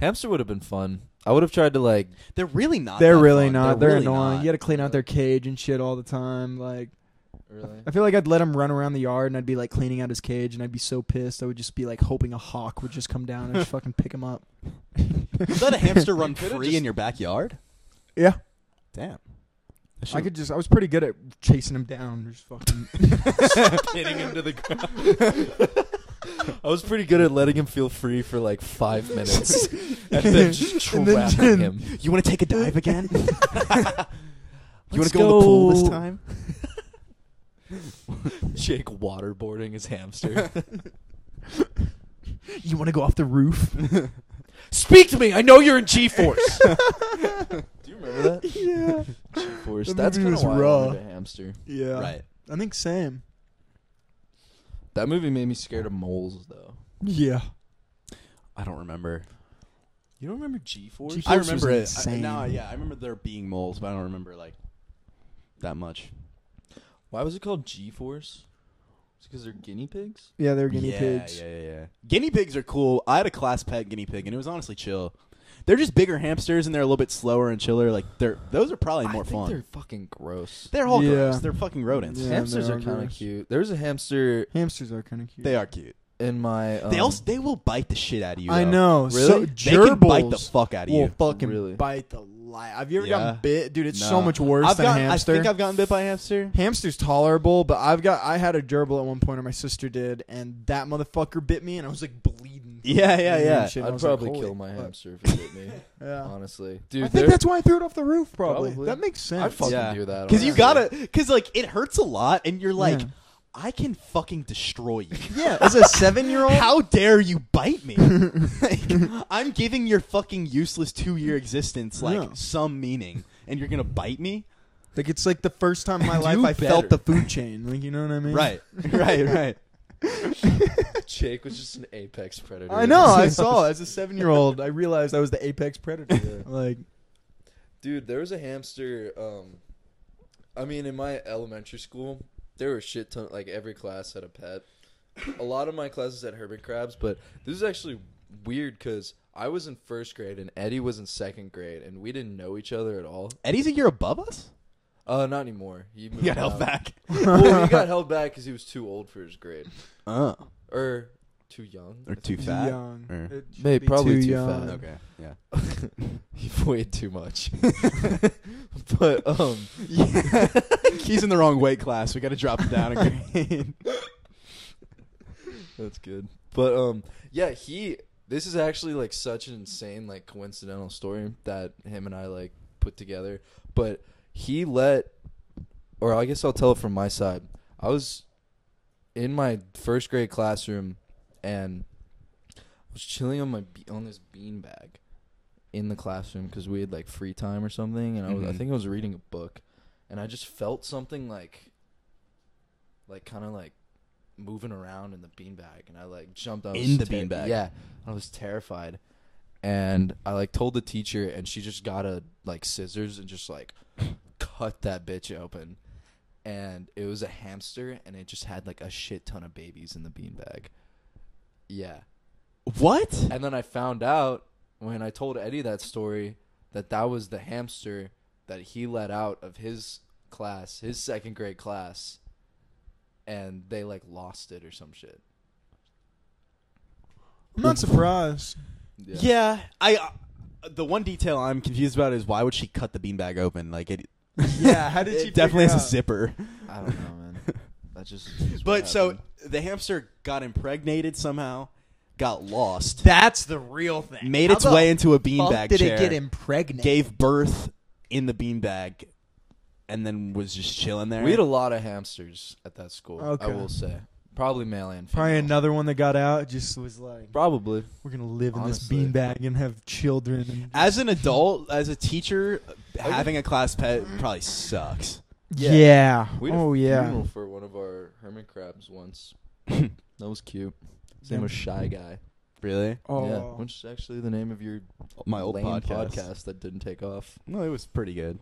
Hamster would have been fun. I would have tried to like. They're really not. They're that really fun. not. They're, They're, really annoying. not. You got to clean out their cage and shit all the time. Like, Really? I feel like I'd let him run around the yard, and I'd be like cleaning out his cage, and I'd be so pissed. I would just be like hoping a hawk would just come down and just fucking pick him up. Is that a hamster run Could've free just- in your backyard? Yeah, Damn. I could just. I was pretty good at chasing him down. Just fucking. hitting him to the ground. I was pretty good at letting him feel free for like five minutes, and then just And then trapping Jen- him. You want to take a dive again? you want Let's to go, in the pool go. this time? Jake waterboarding his hamster. You want to go off the roof? Speak to me. I know you're in G force. Do you remember that? yeah. G force. That That's kind movie was of raw. raw. A hamster. Yeah. Right. I think Sam. That movie made me scared of moles though. Yeah. I don't remember. You don't remember G force? G-force? I Yours was remember it. I, insane. now, yeah, I remember there being moles, but I don't remember like that much. Why was it called G force? It's because they're guinea pigs. Yeah, they're guinea yeah, pigs. Yeah, yeah, yeah. Guinea pigs are cool. I had a class pet guinea pig, and it was honestly chill. They're just bigger hamsters, and they're a little bit slower and chiller. Like they're those are probably more I think fun. They're They're, fucking gross. all Yeah. gross. They're fucking rodents. Yeah, Hamsters they're are all kind of gross. cute. There was a hamster Hamsters are kind of cute. They are cute. in my. Um, they also they will bite the shit out of you. I though. know. So Really? They can bite the gerbils fuck out of will you. fucking Really? bite the life. Have you ever Yeah. gotten bit, dude? It's so No. much worse I've than gotten, a hamster. I think I've gotten bit by a hamster. Hamster's tolerable, but I've got I had a gerbil at one point, or my sister did, and that motherfucker bit me, and I was like bleeding. Yeah, yeah, And yeah. shit, and I I'd was like, probably "Holy kill my fuck." hamster if it bit me. Yeah. Honestly, I dude, think they're- that's why I threw it off the roof. Probably, Probably. that makes sense. I'd fucking Yeah. do that. Because you honestly. gotta, because like it hurts a lot, and you're like, Yeah. I can fucking destroy you. yeah, as a seven year old, How dare you bite me? Like, I'm giving your fucking useless two year existence like No. some meaning, and you're gonna bite me? like it's like the first time in my Do life I felt better. the food chain. Like you know what I mean? Right, right, right. Jake was just an apex predator. I know. I saw as a seven year old. I realized I was the apex predator. Yeah. Like Dude, there was a hamster. Um, I mean, in my elementary school, there were a shit ton. Like every class had a pet. A lot of my classes had hermit crabs, but this is actually weird because I was in first grade and Eddie was in second grade, and we didn't know each other at all. Eddie's a year above us. Uh, not anymore. He You got moved Uh. held out. back. well, he got held back because he was too old for his grade, Uh. Oh, or too young. or too fat. young. Or- It should Maybe be probably too, too young. fat. Okay, yeah. he weighed too much. but um, He's in the wrong weight class. We got to drop him down a grade. That's good. But um yeah, he this is actually like such an insane like coincidental story that him and I like put together. But he let or I guess I'll tell it from my side. I was in my first grade classroom and I was chilling on my be- on this beanbag in the classroom cuz we had like free time or something and I was I Mhm. think I was reading a book and I just felt something like like kind of like moving around in the beanbag, and I like jumped I was In the ter- beanbag? Yeah, I was terrified, and I like told the teacher, and she just got a like scissors and just like cut that bitch open, and it was a hamster, and it just had like a shit ton of babies in the beanbag. Yeah, what? and then I found out when I told Eddie that story that that was the hamster that he let out of his class, his second grade class, and they like lost it or some shit. I'm not surprised. Yeah, I. Uh, the one detail I'm confused about is why would she cut the beanbag open? Like it. Yeah, how did it she Definitely figure has a out? zipper. I don't know, man. That just. is what But so happened. the hamster got impregnated somehow, got lost, That's the real thing. made How its the way into a Fuck beanbag did chair, it get impregnated? gave birth in the beanbag, and then was just chilling there. we had a lot of hamsters at that school. I Okay. will say, probably male and female. Probably another one that got out just was like, Probably. we're gonna live in Honestly. this beanbag and have children. And as an adult, as a teacher, having a class pet probably sucks. Yeah. yeah. We had Oh a yeah. funeral for one of our hermit crabs once. that was cute. His name was Shy Guy. Really? Oh. Yeah, which is actually the name of your My old lame podcast. that didn't take off. No, it was pretty good.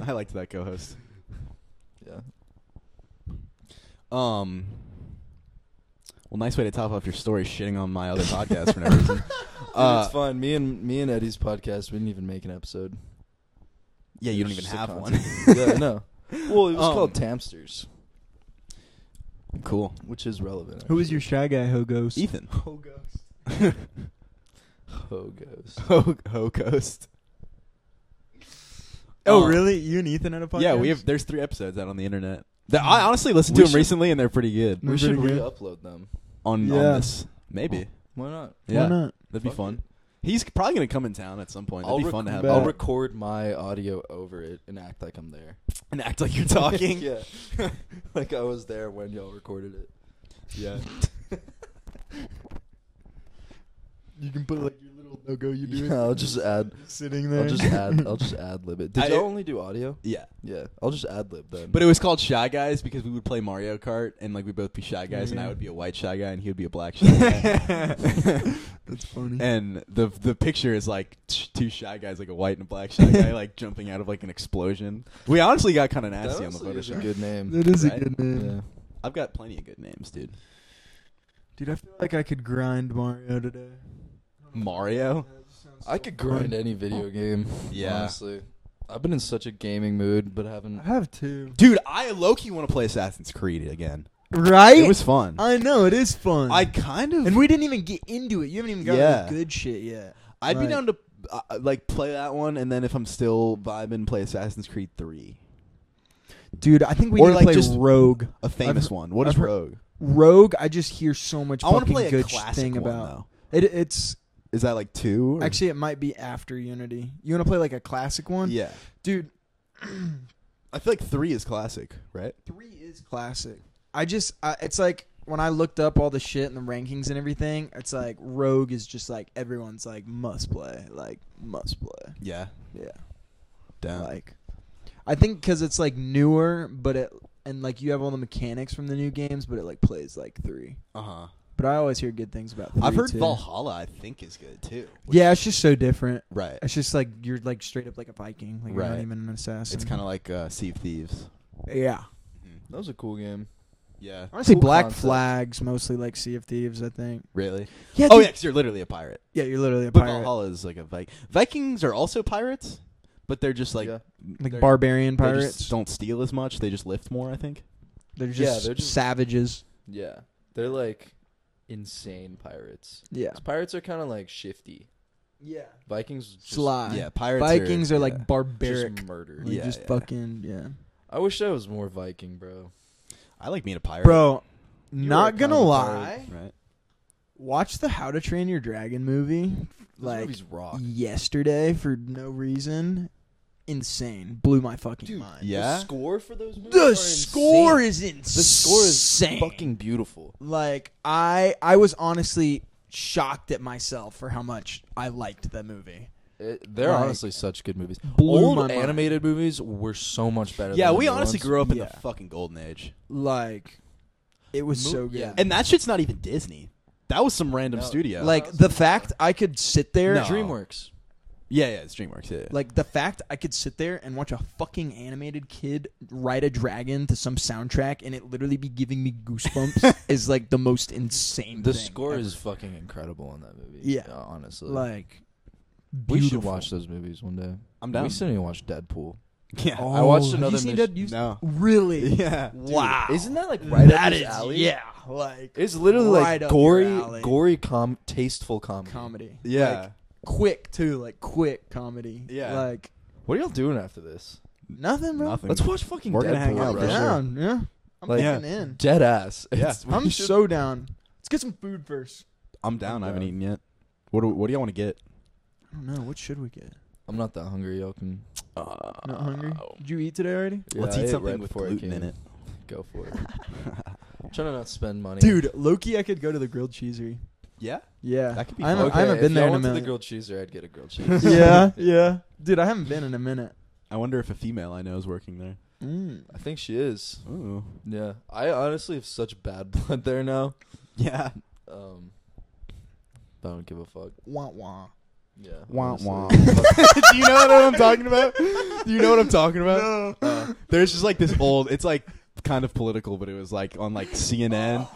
I liked that co-host. Yeah. Um. Well, nice way to top off your story, shitting on my other podcast for no reason. Oh. Uh, it's fine. Me and me and Eddie's podcast, we didn't even make an episode. yeah, you It don't even was just a have one. concept. yeah, no. Well, it was Um, called Tamsters, Cool. which is relevant. Who was your shy guy, Ho Ghost? Ethan. Ho Ghost. Ho Oh, Ghost? Ho, ho coast. Oh Oh, Um, really? You and Ethan had a podcast? Yeah, we have. There's three episodes out on the internet. That I honestly listened Mm. We to them should- recently, and they're pretty good. They're We should pretty good. re-upload them. On, on Yeah. this, maybe. Why not? Why Yeah, not? that'd be Fuck fun. it. He's probably gonna come in town at some point. That'd I'll, be rec- fun to have. But- I'll that. record my audio over it and act like I'm there. and act like you're talking. yeah, like I was there when y'all recorded it. yeah. You can put like your little logo you do. Yeah, I'll just add. sitting there. I'll just add. I'll just ad lib it. Did I- y'all only do audio? Yeah. Yeah, I'll just ad lib then. But it was called Shy Guys because we would play Mario Kart and like we'd both be shy guys and I Yeah. would be a white shy guy and he would be a black shy guy. That's funny. and the the picture is like t- two shy guys, like a white and a black shy guy, like jumping out of like an explosion. We honestly got kind of that nasty on the honestly is a Photoshop. good name. that is a Right? good name. Yeah. I've got plenty of good names, dude. Dude, I feel like I could grind Mario today. Mario. I could grind any Oh. video game. Yeah. Honestly. I've been in such a gaming mood, but haven't. I have two. Dude, I Loki want to play Assassin's Creed again. Right? It was fun. I know it is fun. I kind of and we didn't even get into it. You haven't even gotten Yeah. the good shit yet. I'd be Right. down to uh, uh, like play that one, and then if I'm still vibing, play Assassin's Creed Three, Dude, I think we Or, need to like, play just- Rogue. a famous I've- one. What is I've heard- Rogue? Rogue, I just hear so much I want to fucking play a good classic thing one, about. though. It, it's Is that like two? or- actually it might be after Unity. You want to play like a classic one? yeah. Dude, I feel like three is classic, right? 3 is classic. I just I, it's like when I looked up all the shit and the rankings and everything, it's like Rogue is just like everyone's like must play, like must play. Yeah. Yeah. Damn. Like, I think because it's like newer, but it and like you have all the mechanics from the new games, but it like plays like three. uh huh. But I always hear good things about. 3 I've heard too. Valhalla. I think is good too. Yeah, it's just so different. Right. It's just like you're like straight up like a Viking, like you're Right. not even an assassin. It's kind of like uh, Sea of Thieves. of yeah. Mm-hmm. That was a cool game. Yeah. Honestly, Cool Black concept. Flags mostly like Sea of Thieves, I think. Really? Yeah. oh yeah, dude. 'cause you're literally a pirate. yeah. You're literally a But pirate, Valhalla is like a Viking. Vikings are also pirates, but they're just like Yeah. like they're- barbarian they just pirates. don't steal as much. They just lift more. I think. they're Yeah, just they're just- savages. Yeah. They're like insane pirates. Yeah. 'Cause Pirates are kind of like shifty. Yeah. Vikings just, Sly. yeah. Pirates. Vikings are, like yeah. barbaric. just murdered. Like, Yeah, just yeah. fucking yeah. I wish I was more Viking, bro. I like being a pirate. Bro, You were not kind gonna of a lie. Right. Watch the How to Train Your Dragon movie Those like movies rock. yesterday for no reason. Insane. Blew my fucking Dude, mind. Yeah. The score for those movies. are The insane. score is insane. The score is fucking beautiful. like I I was honestly shocked at myself for how much I liked that movie. It, they're Like, honestly such good movies. blew my Old mind. animated movies were so much better. Yeah, than we the new honestly ones. grew up in the Yeah. fucking golden age, Like it was Mo- so good. yeah. and that shit's not even Disney. That was some random No. studio. like the fact I could sit there No. DreamWorks. yeah, yeah, it's DreamWorks. Yeah. Like the fact I could sit there and watch a fucking animated kid ride a dragon to some soundtrack and it literally be giving me goosebumps is like the most insane. The thing score ever. is fucking incredible in that movie. uh, Yeah. honestly, like we beautiful. should watch those movies one day. I'm down. We still need to watch Deadpool. Yeah. I watched Oh, another. You seen mis- Dead- you- no. Really? Yeah. Dude, Wow. Isn't that like right Right up that his is, alley? yeah, like It's literally Right like up your gory, alley. gory, com- tasteful comedy. comedy. Yeah. Like, quick too, like quick comedy. Yeah. like what are y'all doing after this? nothing, bro. Nothing. Let's watch fucking We're Deadpool. gonna hang out, bro. for sure. down, yeah. I'm Like- fucking in. Dead ass. Yeah. It's- we I'm should- so down. Let's get some food first. I'm down. I haven't Yeah. eaten yet. What do What do y'all want to get? I don't know. What should we get? I'm not that hungry. Y'all can Uh, Not hungry. Did you eat today already? Yeah, Let's I eat ate something right with before I gluten came. in it. go for it. I'm trying to not spend money, Dude, Loki, I could go to the grilled cheesery. Yeah. Yeah, That could be I haven't, fun. Okay, I haven't if been there y'all went in a to the minute. grilled cheeser, I'd get a grilled cheese. yeah, yeah, dude, I haven't been in a minute. I wonder if a female I know is working there. Mm. I think she is. Ooh. Yeah, I honestly have such bad blood there now. Yeah. Um, I don't give a fuck. Wah wah. Yeah. Wah, honestly. wah. Fuck- do you know what I'm talking about? Do you know what I'm talking about? Uh, there's just like this old. It's like kind of political, but it was like on like CNN,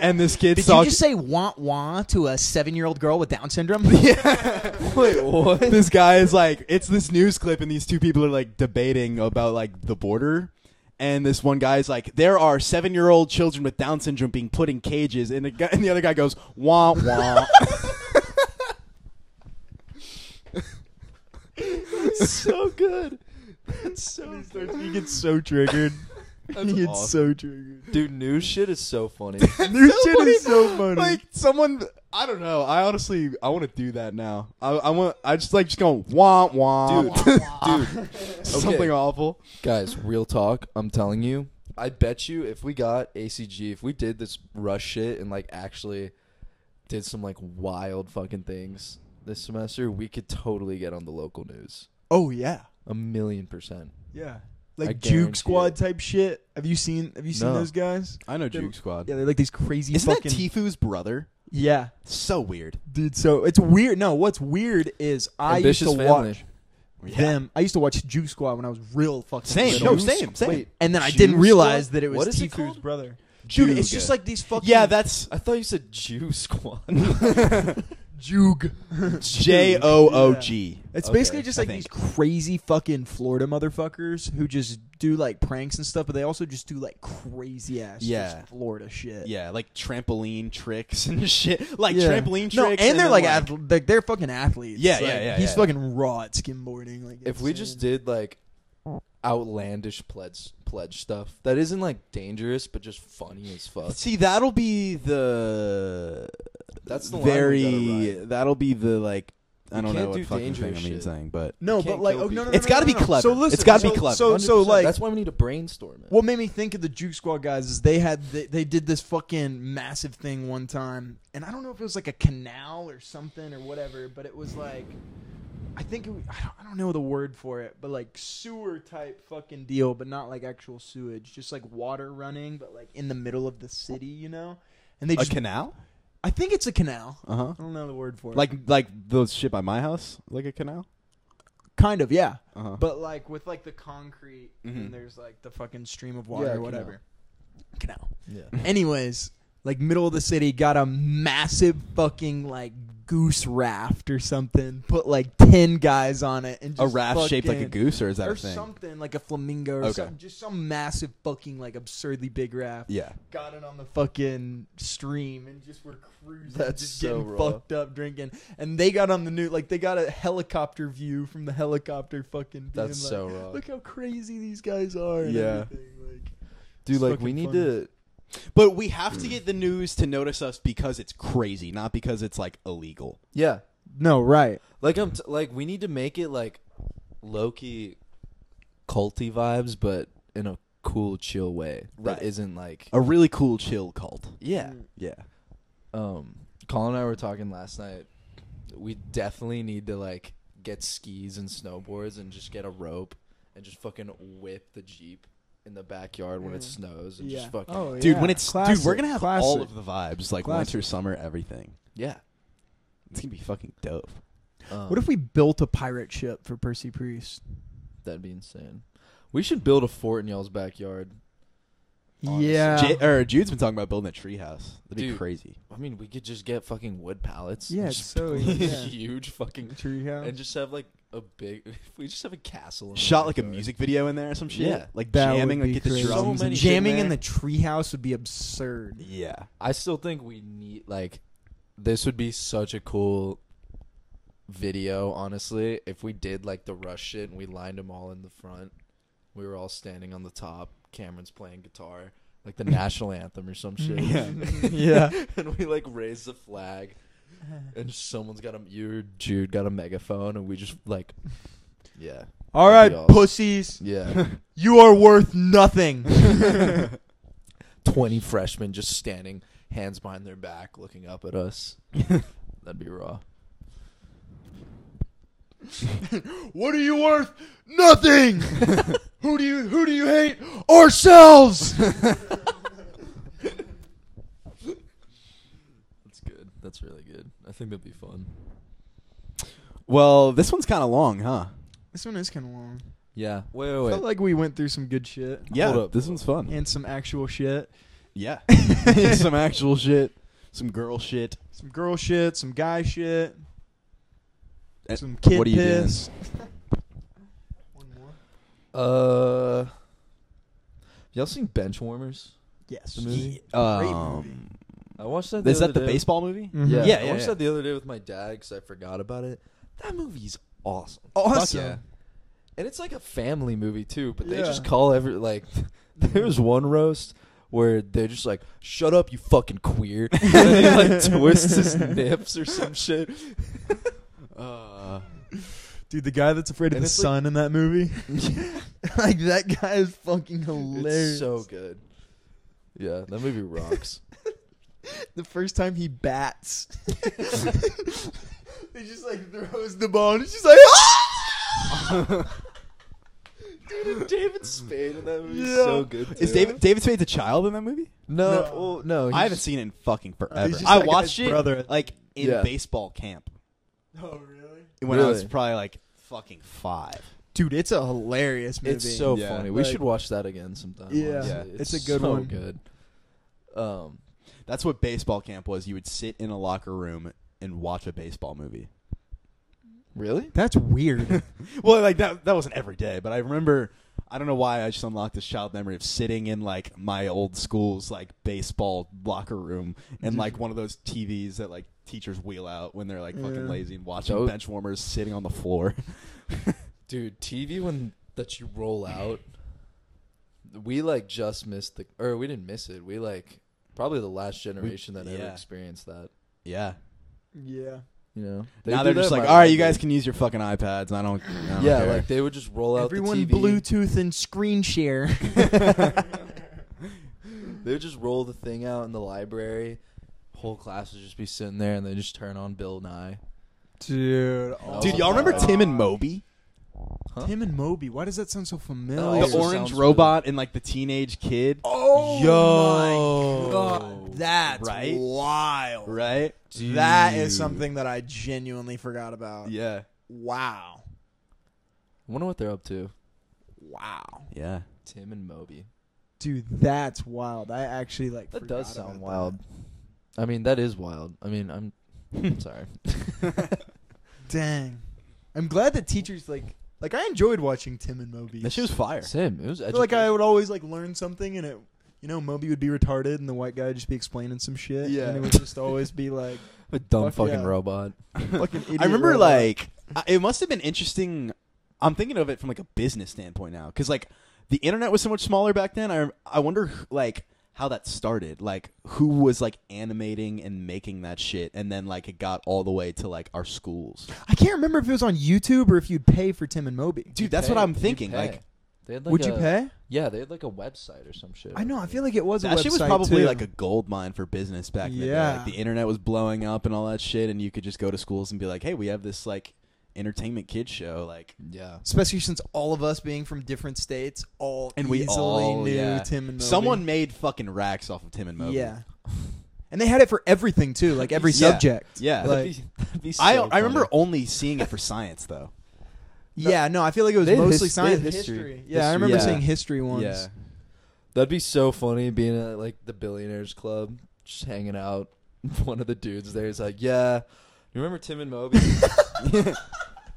and this kid Did saw. you just say wah wah to a seven-year-old girl with Down syndrome? yeah. Wait, what? this guy is like, it's this news clip, and these two people are like debating about like the border. And this one guy is like, there are seven year old children with Down syndrome being put in cages. And the, guy, and the other guy goes, wah, wah. so good. That's he, so starts- he gets so triggered. That's he gets awesome. so triggered. Dude, new shit is so funny. New so shit funny. is so funny. like, someone, I don't know. I honestly, I want to do that now. I, I want, I just like, just going, wah, wah. Dude, dude. Something awful. Guys, real talk. I'm telling you. I bet you if we got ACG, if we did this rush shit and like actually did some like wild fucking things this semester, we could totally get on the local news. oh yeah, A million percent. yeah. I Like guarantee Juke Squad it. type shit. Have you seen? Have you seen No. those guys? I know Dude. Juke Squad. Yeah, they're like these crazy. Isn't fucking, that Tifu's brother? Yeah, So weird. dude. So it's weird. No, what's weird is I Ambitious used to family. watch them. I used to watch Juke Squad when I was real fucking Same. little. No, same. Same. Wait, and then I Juke didn't realize Squad? that it was What is it Tfue's called? brother. Dude, Dude, Juga. it's just like these fucking Yeah, that's I thought you said Jew squad. Juke. J O O G. It's Okay, basically just I like these crazy fucking Florida motherfuckers who just do like pranks and stuff, but they also just do like crazy ass just Yeah. Florida shit. Yeah, like trampoline tricks and shit. Like Yeah. trampoline tricks. No, and, they're then, like, ath- like they're fucking athletes. Yeah, Like, yeah, yeah, He's yeah. fucking raw at skimboarding. Like, if we just insane. did like outlandish pledge pledge stuff that isn't like dangerous but just funny as fuck. See, that'll be the. That's the line we very. gotta That'll be the like. I You don't can't know what do fucking thing dangerous I'm even shit. saying, but no, you but can't like, kill oh, no, no, no, people. no, It's gotta no, be no, no. clever. So listen, It's gotta be so- clever. So, so 100%. like, that's why we need to brainstorm it. What made me think of the Juke Squad guys is they had they, they did this fucking massive thing one time, and I don't know if it was like a canal or something or whatever, but it was like I think it, wa- I, don't, I don't know the word for it, but like sewer type fucking deal, but not like actual sewage, just like water running, but like in the middle of the city, you know. And they a just canal. I think it's a canal. Uh huh. I don't know the word for it. Like like those shit by my house, like a canal. kind of yeah, Uh huh. but like with like the concrete, Mhm. and there's like the fucking stream of water Yeah, or canal. whatever. canal. Yeah. Anyways, like middle of the city, got a massive fucking like goose raft or something. Put like ten guys on it and A just raft shaped like a fucking- goose, or is that or a thing? something like a flamingo or Okay. something. Just some massive fucking like absurdly big raft. Yeah. Got it on the fucking stream and just were cruising, That's just so getting raw. fucked up drinking. And they got on the new like they got a helicopter view from the helicopter fucking. Being That's like, so raw. Look how crazy these guys are. And Yeah. everything, like. Dude, it's like fucking we need funny. to But we have to get the news to notice us because it's crazy, not because it's like illegal. Yeah. No right. Like I'm t- like we need to make it like Loki culty vibes but in a cool chill way Right. that isn't like A really cool chill cult. yeah. Yeah. Um Colin and I were talking last night. We definitely need to like get skis and snowboards and just get a rope and just fucking whip the Jeep in the backyard when it snows and Mm. Yeah. just fucking Oh, Dude, yeah. when it's dude, we're Classic, gonna have all classic. of the vibes, like Classic. winter, summer, everything. yeah. It's gonna be fucking dope. Um, What if we built a pirate ship for Percy Priest? That'd be insane. We should build a fort in y'all's backyard. Honestly. Yeah. J- or Jude's been talking about building a treehouse. That'd be Dude. crazy. I mean, we could just get fucking wood pallets. Yeah, and it's just so build easy, a yeah. huge fucking and just have like a big. If we just have a castle. in the Shot like a backyard. music video in there or some shit. Yeah. Like That would jamming, like be get the crazy. So drums. many and shit Jamming there. in the treehouse would be absurd. Yeah. I still think we need like this would be such a cool video. Honestly, if we did like the rush shit and we lined them all in the front, we were all standing on the top. Cameron's playing guitar, like the national anthem or some shit. Yeah. Yeah. and we like raise the flag, and someone's got a you or Jude got a megaphone, and we just like, yeah, All That'd right, be awesome. pussies, yeah. you are worth nothing. 20 freshmen just standing, hands behind their back, looking up at us. That'd be raw. what are you worth? Nothing. who do you who do you hate? Ourselves. That's good. That's really good. I think that'd be fun. Well, this one's kind of long, huh? this one is kind of long. Yeah. Wait, wait, Felt like we went through some good shit Yeah. Hold up, this hold one's fun. and some actual shit, Yeah. some actual shit. Some girl shit. some girl shit, some guy shit, Eh, some kid what are you doing? piss. one more. Uh, y'all seen Bench Warmers? Yes. The movie? Um, I watched that. is that the other day. baseball movie? Mhm. Mm-hmm. Yeah, Yeah, I yeah, watched yeah. that the other day with my dad because I forgot about it. That movie's Oh, awesome. Awesome. yeah. And it's like a family movie too, but they Yeah. just call every like there was one roast where they're just like, Shut up, you fucking queer and then he like twists his nips or some shit. Uh, Dude, the guy that's afraid of And the it's like- sun in that movie. like that guy is fucking hilarious. It's so good. Yeah, that movie rocks. the first time he bats, he just like throws the ball and he's just like, ah! Dude, and David Spade in that movie is Yeah. so good. is too. David David Spade's a child in that movie? No, No. well, no. I he's- haven't seen it in fucking forever. just Oh, I that watched guy's it brother. like in Yeah. baseball camp Oh really? when I was Really? probably like fucking five. Dude, it's a hilarious movie. It's so Yeah. funny. we Like- should watch that again sometime. Yeah. honestly. Yeah. It's, It's a good so one. Good. Um, That's what baseball camp was. You would sit in a locker room and watch a baseball movie. really? that's weird. Well, like that that wasn't every day, but I remember I don't know why I just unlocked this child memory of sitting in like my old school's like baseball locker room and like one of those TVs that like teachers wheel out when they're like fucking Yeah. lazy and watching Those- bench warmers sitting on the floor. Dude, TV when that you roll out, we like just missed the or we didn't miss it. We like probably the last generation that ever yeah. experienced that. yeah. yeah. You know, now do they're that just in like, my all right, you library. guys can use your fucking iPads. I don't. I don't yeah, care." like they would just roll out Everyone the TV. Bluetooth and screen share. They would just roll the thing out in the library. Whole class would just be sitting there, and they just turn on Bill Nye. Dude, oh dude, y'all remember my Tim and Moby, Huh? Tim and Moby? Why does that sound so Oh, familiar? the also orange sounds robot and like the teenage kid? Oh Yo. my god, that's Right? wild. Right? That is Dude. something that I genuinely forgot about. Yeah. Wow, I wonder what they're up to. wow, Yeah. Tim and Moby. dude, that's wild. I actually like That forgot does sound about wild. I mean, that is wild. I mean, I'm, I'm sorry. that. Dang, I'm glad that teachers like like I enjoyed watching Tim and Moby. That shit was fire. Sim, it was I feel like I educational. would always like learn something and it. You know, Moby would be retarded, and the white guy would just be explaining some shit. Yeah. and it would just always be like a dumb Fuck fucking yeah. robot. fucking. Idiot I remember robot. like I, it must have been interesting. I'm thinking of it from like a business standpoint now, because like the internet was so much smaller back then. I I wonder like how that started, like who was like animating and making that shit, and then like it got all the way to like our schools. I can't remember if it was on YouTube or if you'd pay for Tim and Moby. Dude, that's what Pay. I'm You'd thinking. pay. Like they had like would you a- pay? Yeah, they had like a website or some shit. I know. I feel like it was. a that shit was website, probably too. like a gold mine for business back then. Yeah. Like the internet was blowing up and all that shit, and you could just go to schools and be like, "Hey, we have this like entertainment kids show." Like, Yeah. especially since all of us being from different states, all and we easily Oh, all knew yeah. Tim and Moby. someone made fucking racks off of Tim and Moby. yeah, and they had it for everything too, like every Yeah. subject. yeah. Like- That'd be, that'd be so I I remember funny. only seeing it for science though. Yeah, no, I feel like it was They had mostly his- they had science history. Yeah, I History. remember Yeah. seeing history once. That'd be so funny being at like the billionaires club, just hanging out. One of the dudes there is like, "Yeah, you remember Tim and Moby?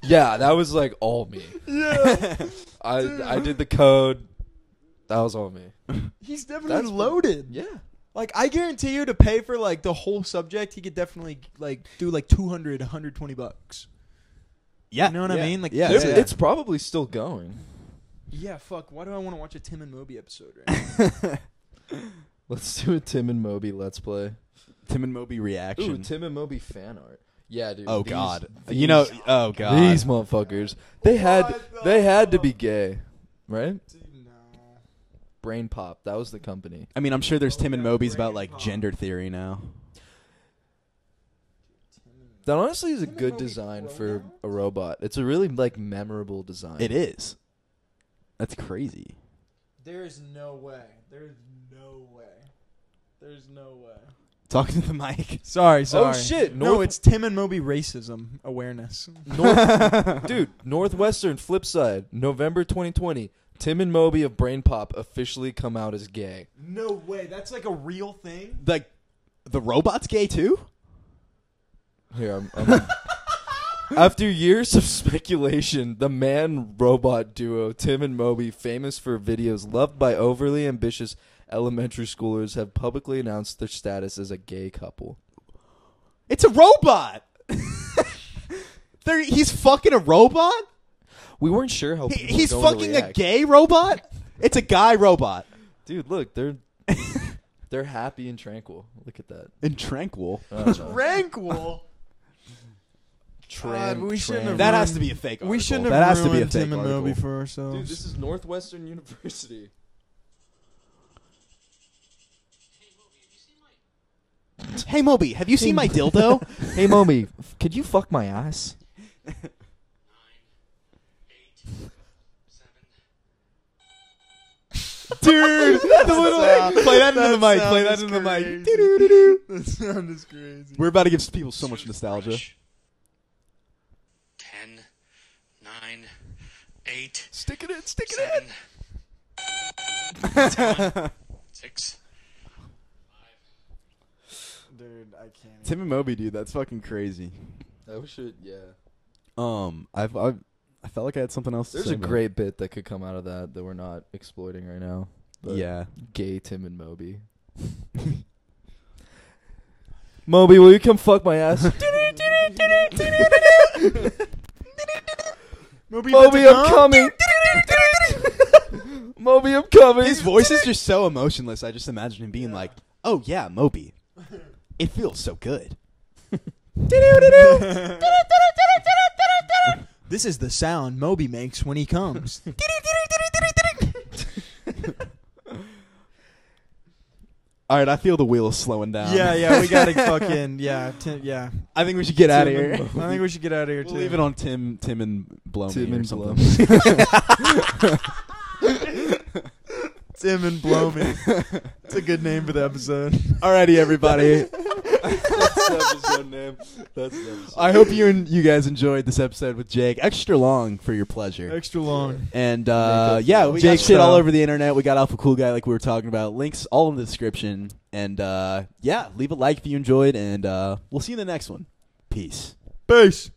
yeah, that was like all me. Yeah, I I did the code. That was all me. he's That's definitely pretty- loaded. Yeah, Like I guarantee you to pay for like the whole subject, he could definitely like do like 200, 120 bucks. Yeah, You know what I yeah, mean? Like, yeah, It- yeah. it's probably still going. Yeah, fuck. Why do I want to watch a Tim and Moby episode right now? Let's do a Tim and Moby let's play. Tim and Moby reaction. Ooh, Tim and Moby fan art. Yeah, dude. oh these- God, these- you know, oh God, these motherfuckers. They had What they the had to be fuck? gay, right? Dude, no. Brain Pop. That was the company. I mean, I'm sure there's Oh, Tim and yeah, Moby's brain about like pop. gender theory now. That honestly is a Isn't it good Moby design Pro for now? a robot. It's a really like memorable design. It is. That's crazy. There is no way. There is no way. There's no way. Talk to the mic. Sorry, sorry. Oh shit! North, No, it's Tim and Moby racism awareness. North, dude. Northwestern Flipside, November 2020. Tim and Moby of Brain Pop officially come out as gay. No way. That's like a real thing. Like, the robot's gay too. Here, I'm. I'm After years of speculation, the man robot duo Tim and Moby, famous for videos loved by overly ambitious elementary schoolers, have publicly announced their status as a gay couple. It's a robot. there, he's fucking a robot. We weren't sure how He, people were he's going to fucking a react. gay robot. It's a guy robot. Dude, look, they're they're happy and tranquil. Look at that. And tranquil. Uh, Tranquil. tran- we shouldn't tran- have That has to be a fake. We article. shouldn't have That has to be a ruined fake Tim and article. Moby for ourselves. Dude, this is Northwestern University. Hey Moby, have you seen my dildo? Hey, Momi, could you fuck my ass? Dude, the little play that into the mic. Play that into the mic. Doo-doo-doo-doo. That sound is crazy. We're about to give people so much nostalgia. Ten, nine, eight, Stick it in, stick seven, six. Dude, I can't. Tim and Moby, dude, that's fucking crazy. in. Oh shit, yeah. Um, I've, I've I felt like I had something else. to There's say a about great bit that could come out of that that we're not exploiting right it. now. But Yeah. Gay Tim and Moby. Moby, will you come fuck my ass? Moby, Moby, I'm coming. Moby, I'm coming. His voice is just so emotionless. I just imagine him being like, "Oh yeah, Moby, it feels so good." This is the sound Moby makes when he comes. All right, I feel the wheels slowing down. yeah, yeah, we gotta fucking yeah, Tim, yeah. I think we should get out of here. I think we should get out of here too. We'll leave it on Tim, Tim and Blow Me Tim or and something. Tim and Blow Me. It's a good name for the episode. Alrighty, everybody. That's the episode name. That's the episode. I hope you and you guys enjoyed this episode with Jake. Extra long for your pleasure. Extra long. And uh, yeah, we Jake got shit all style. over the internet. We got Alpha Cool Guy like we were talking about. Links all in the description. And uh, yeah, leave a like if you enjoyed. And uh, we'll see you in the next one. Peace. Peace.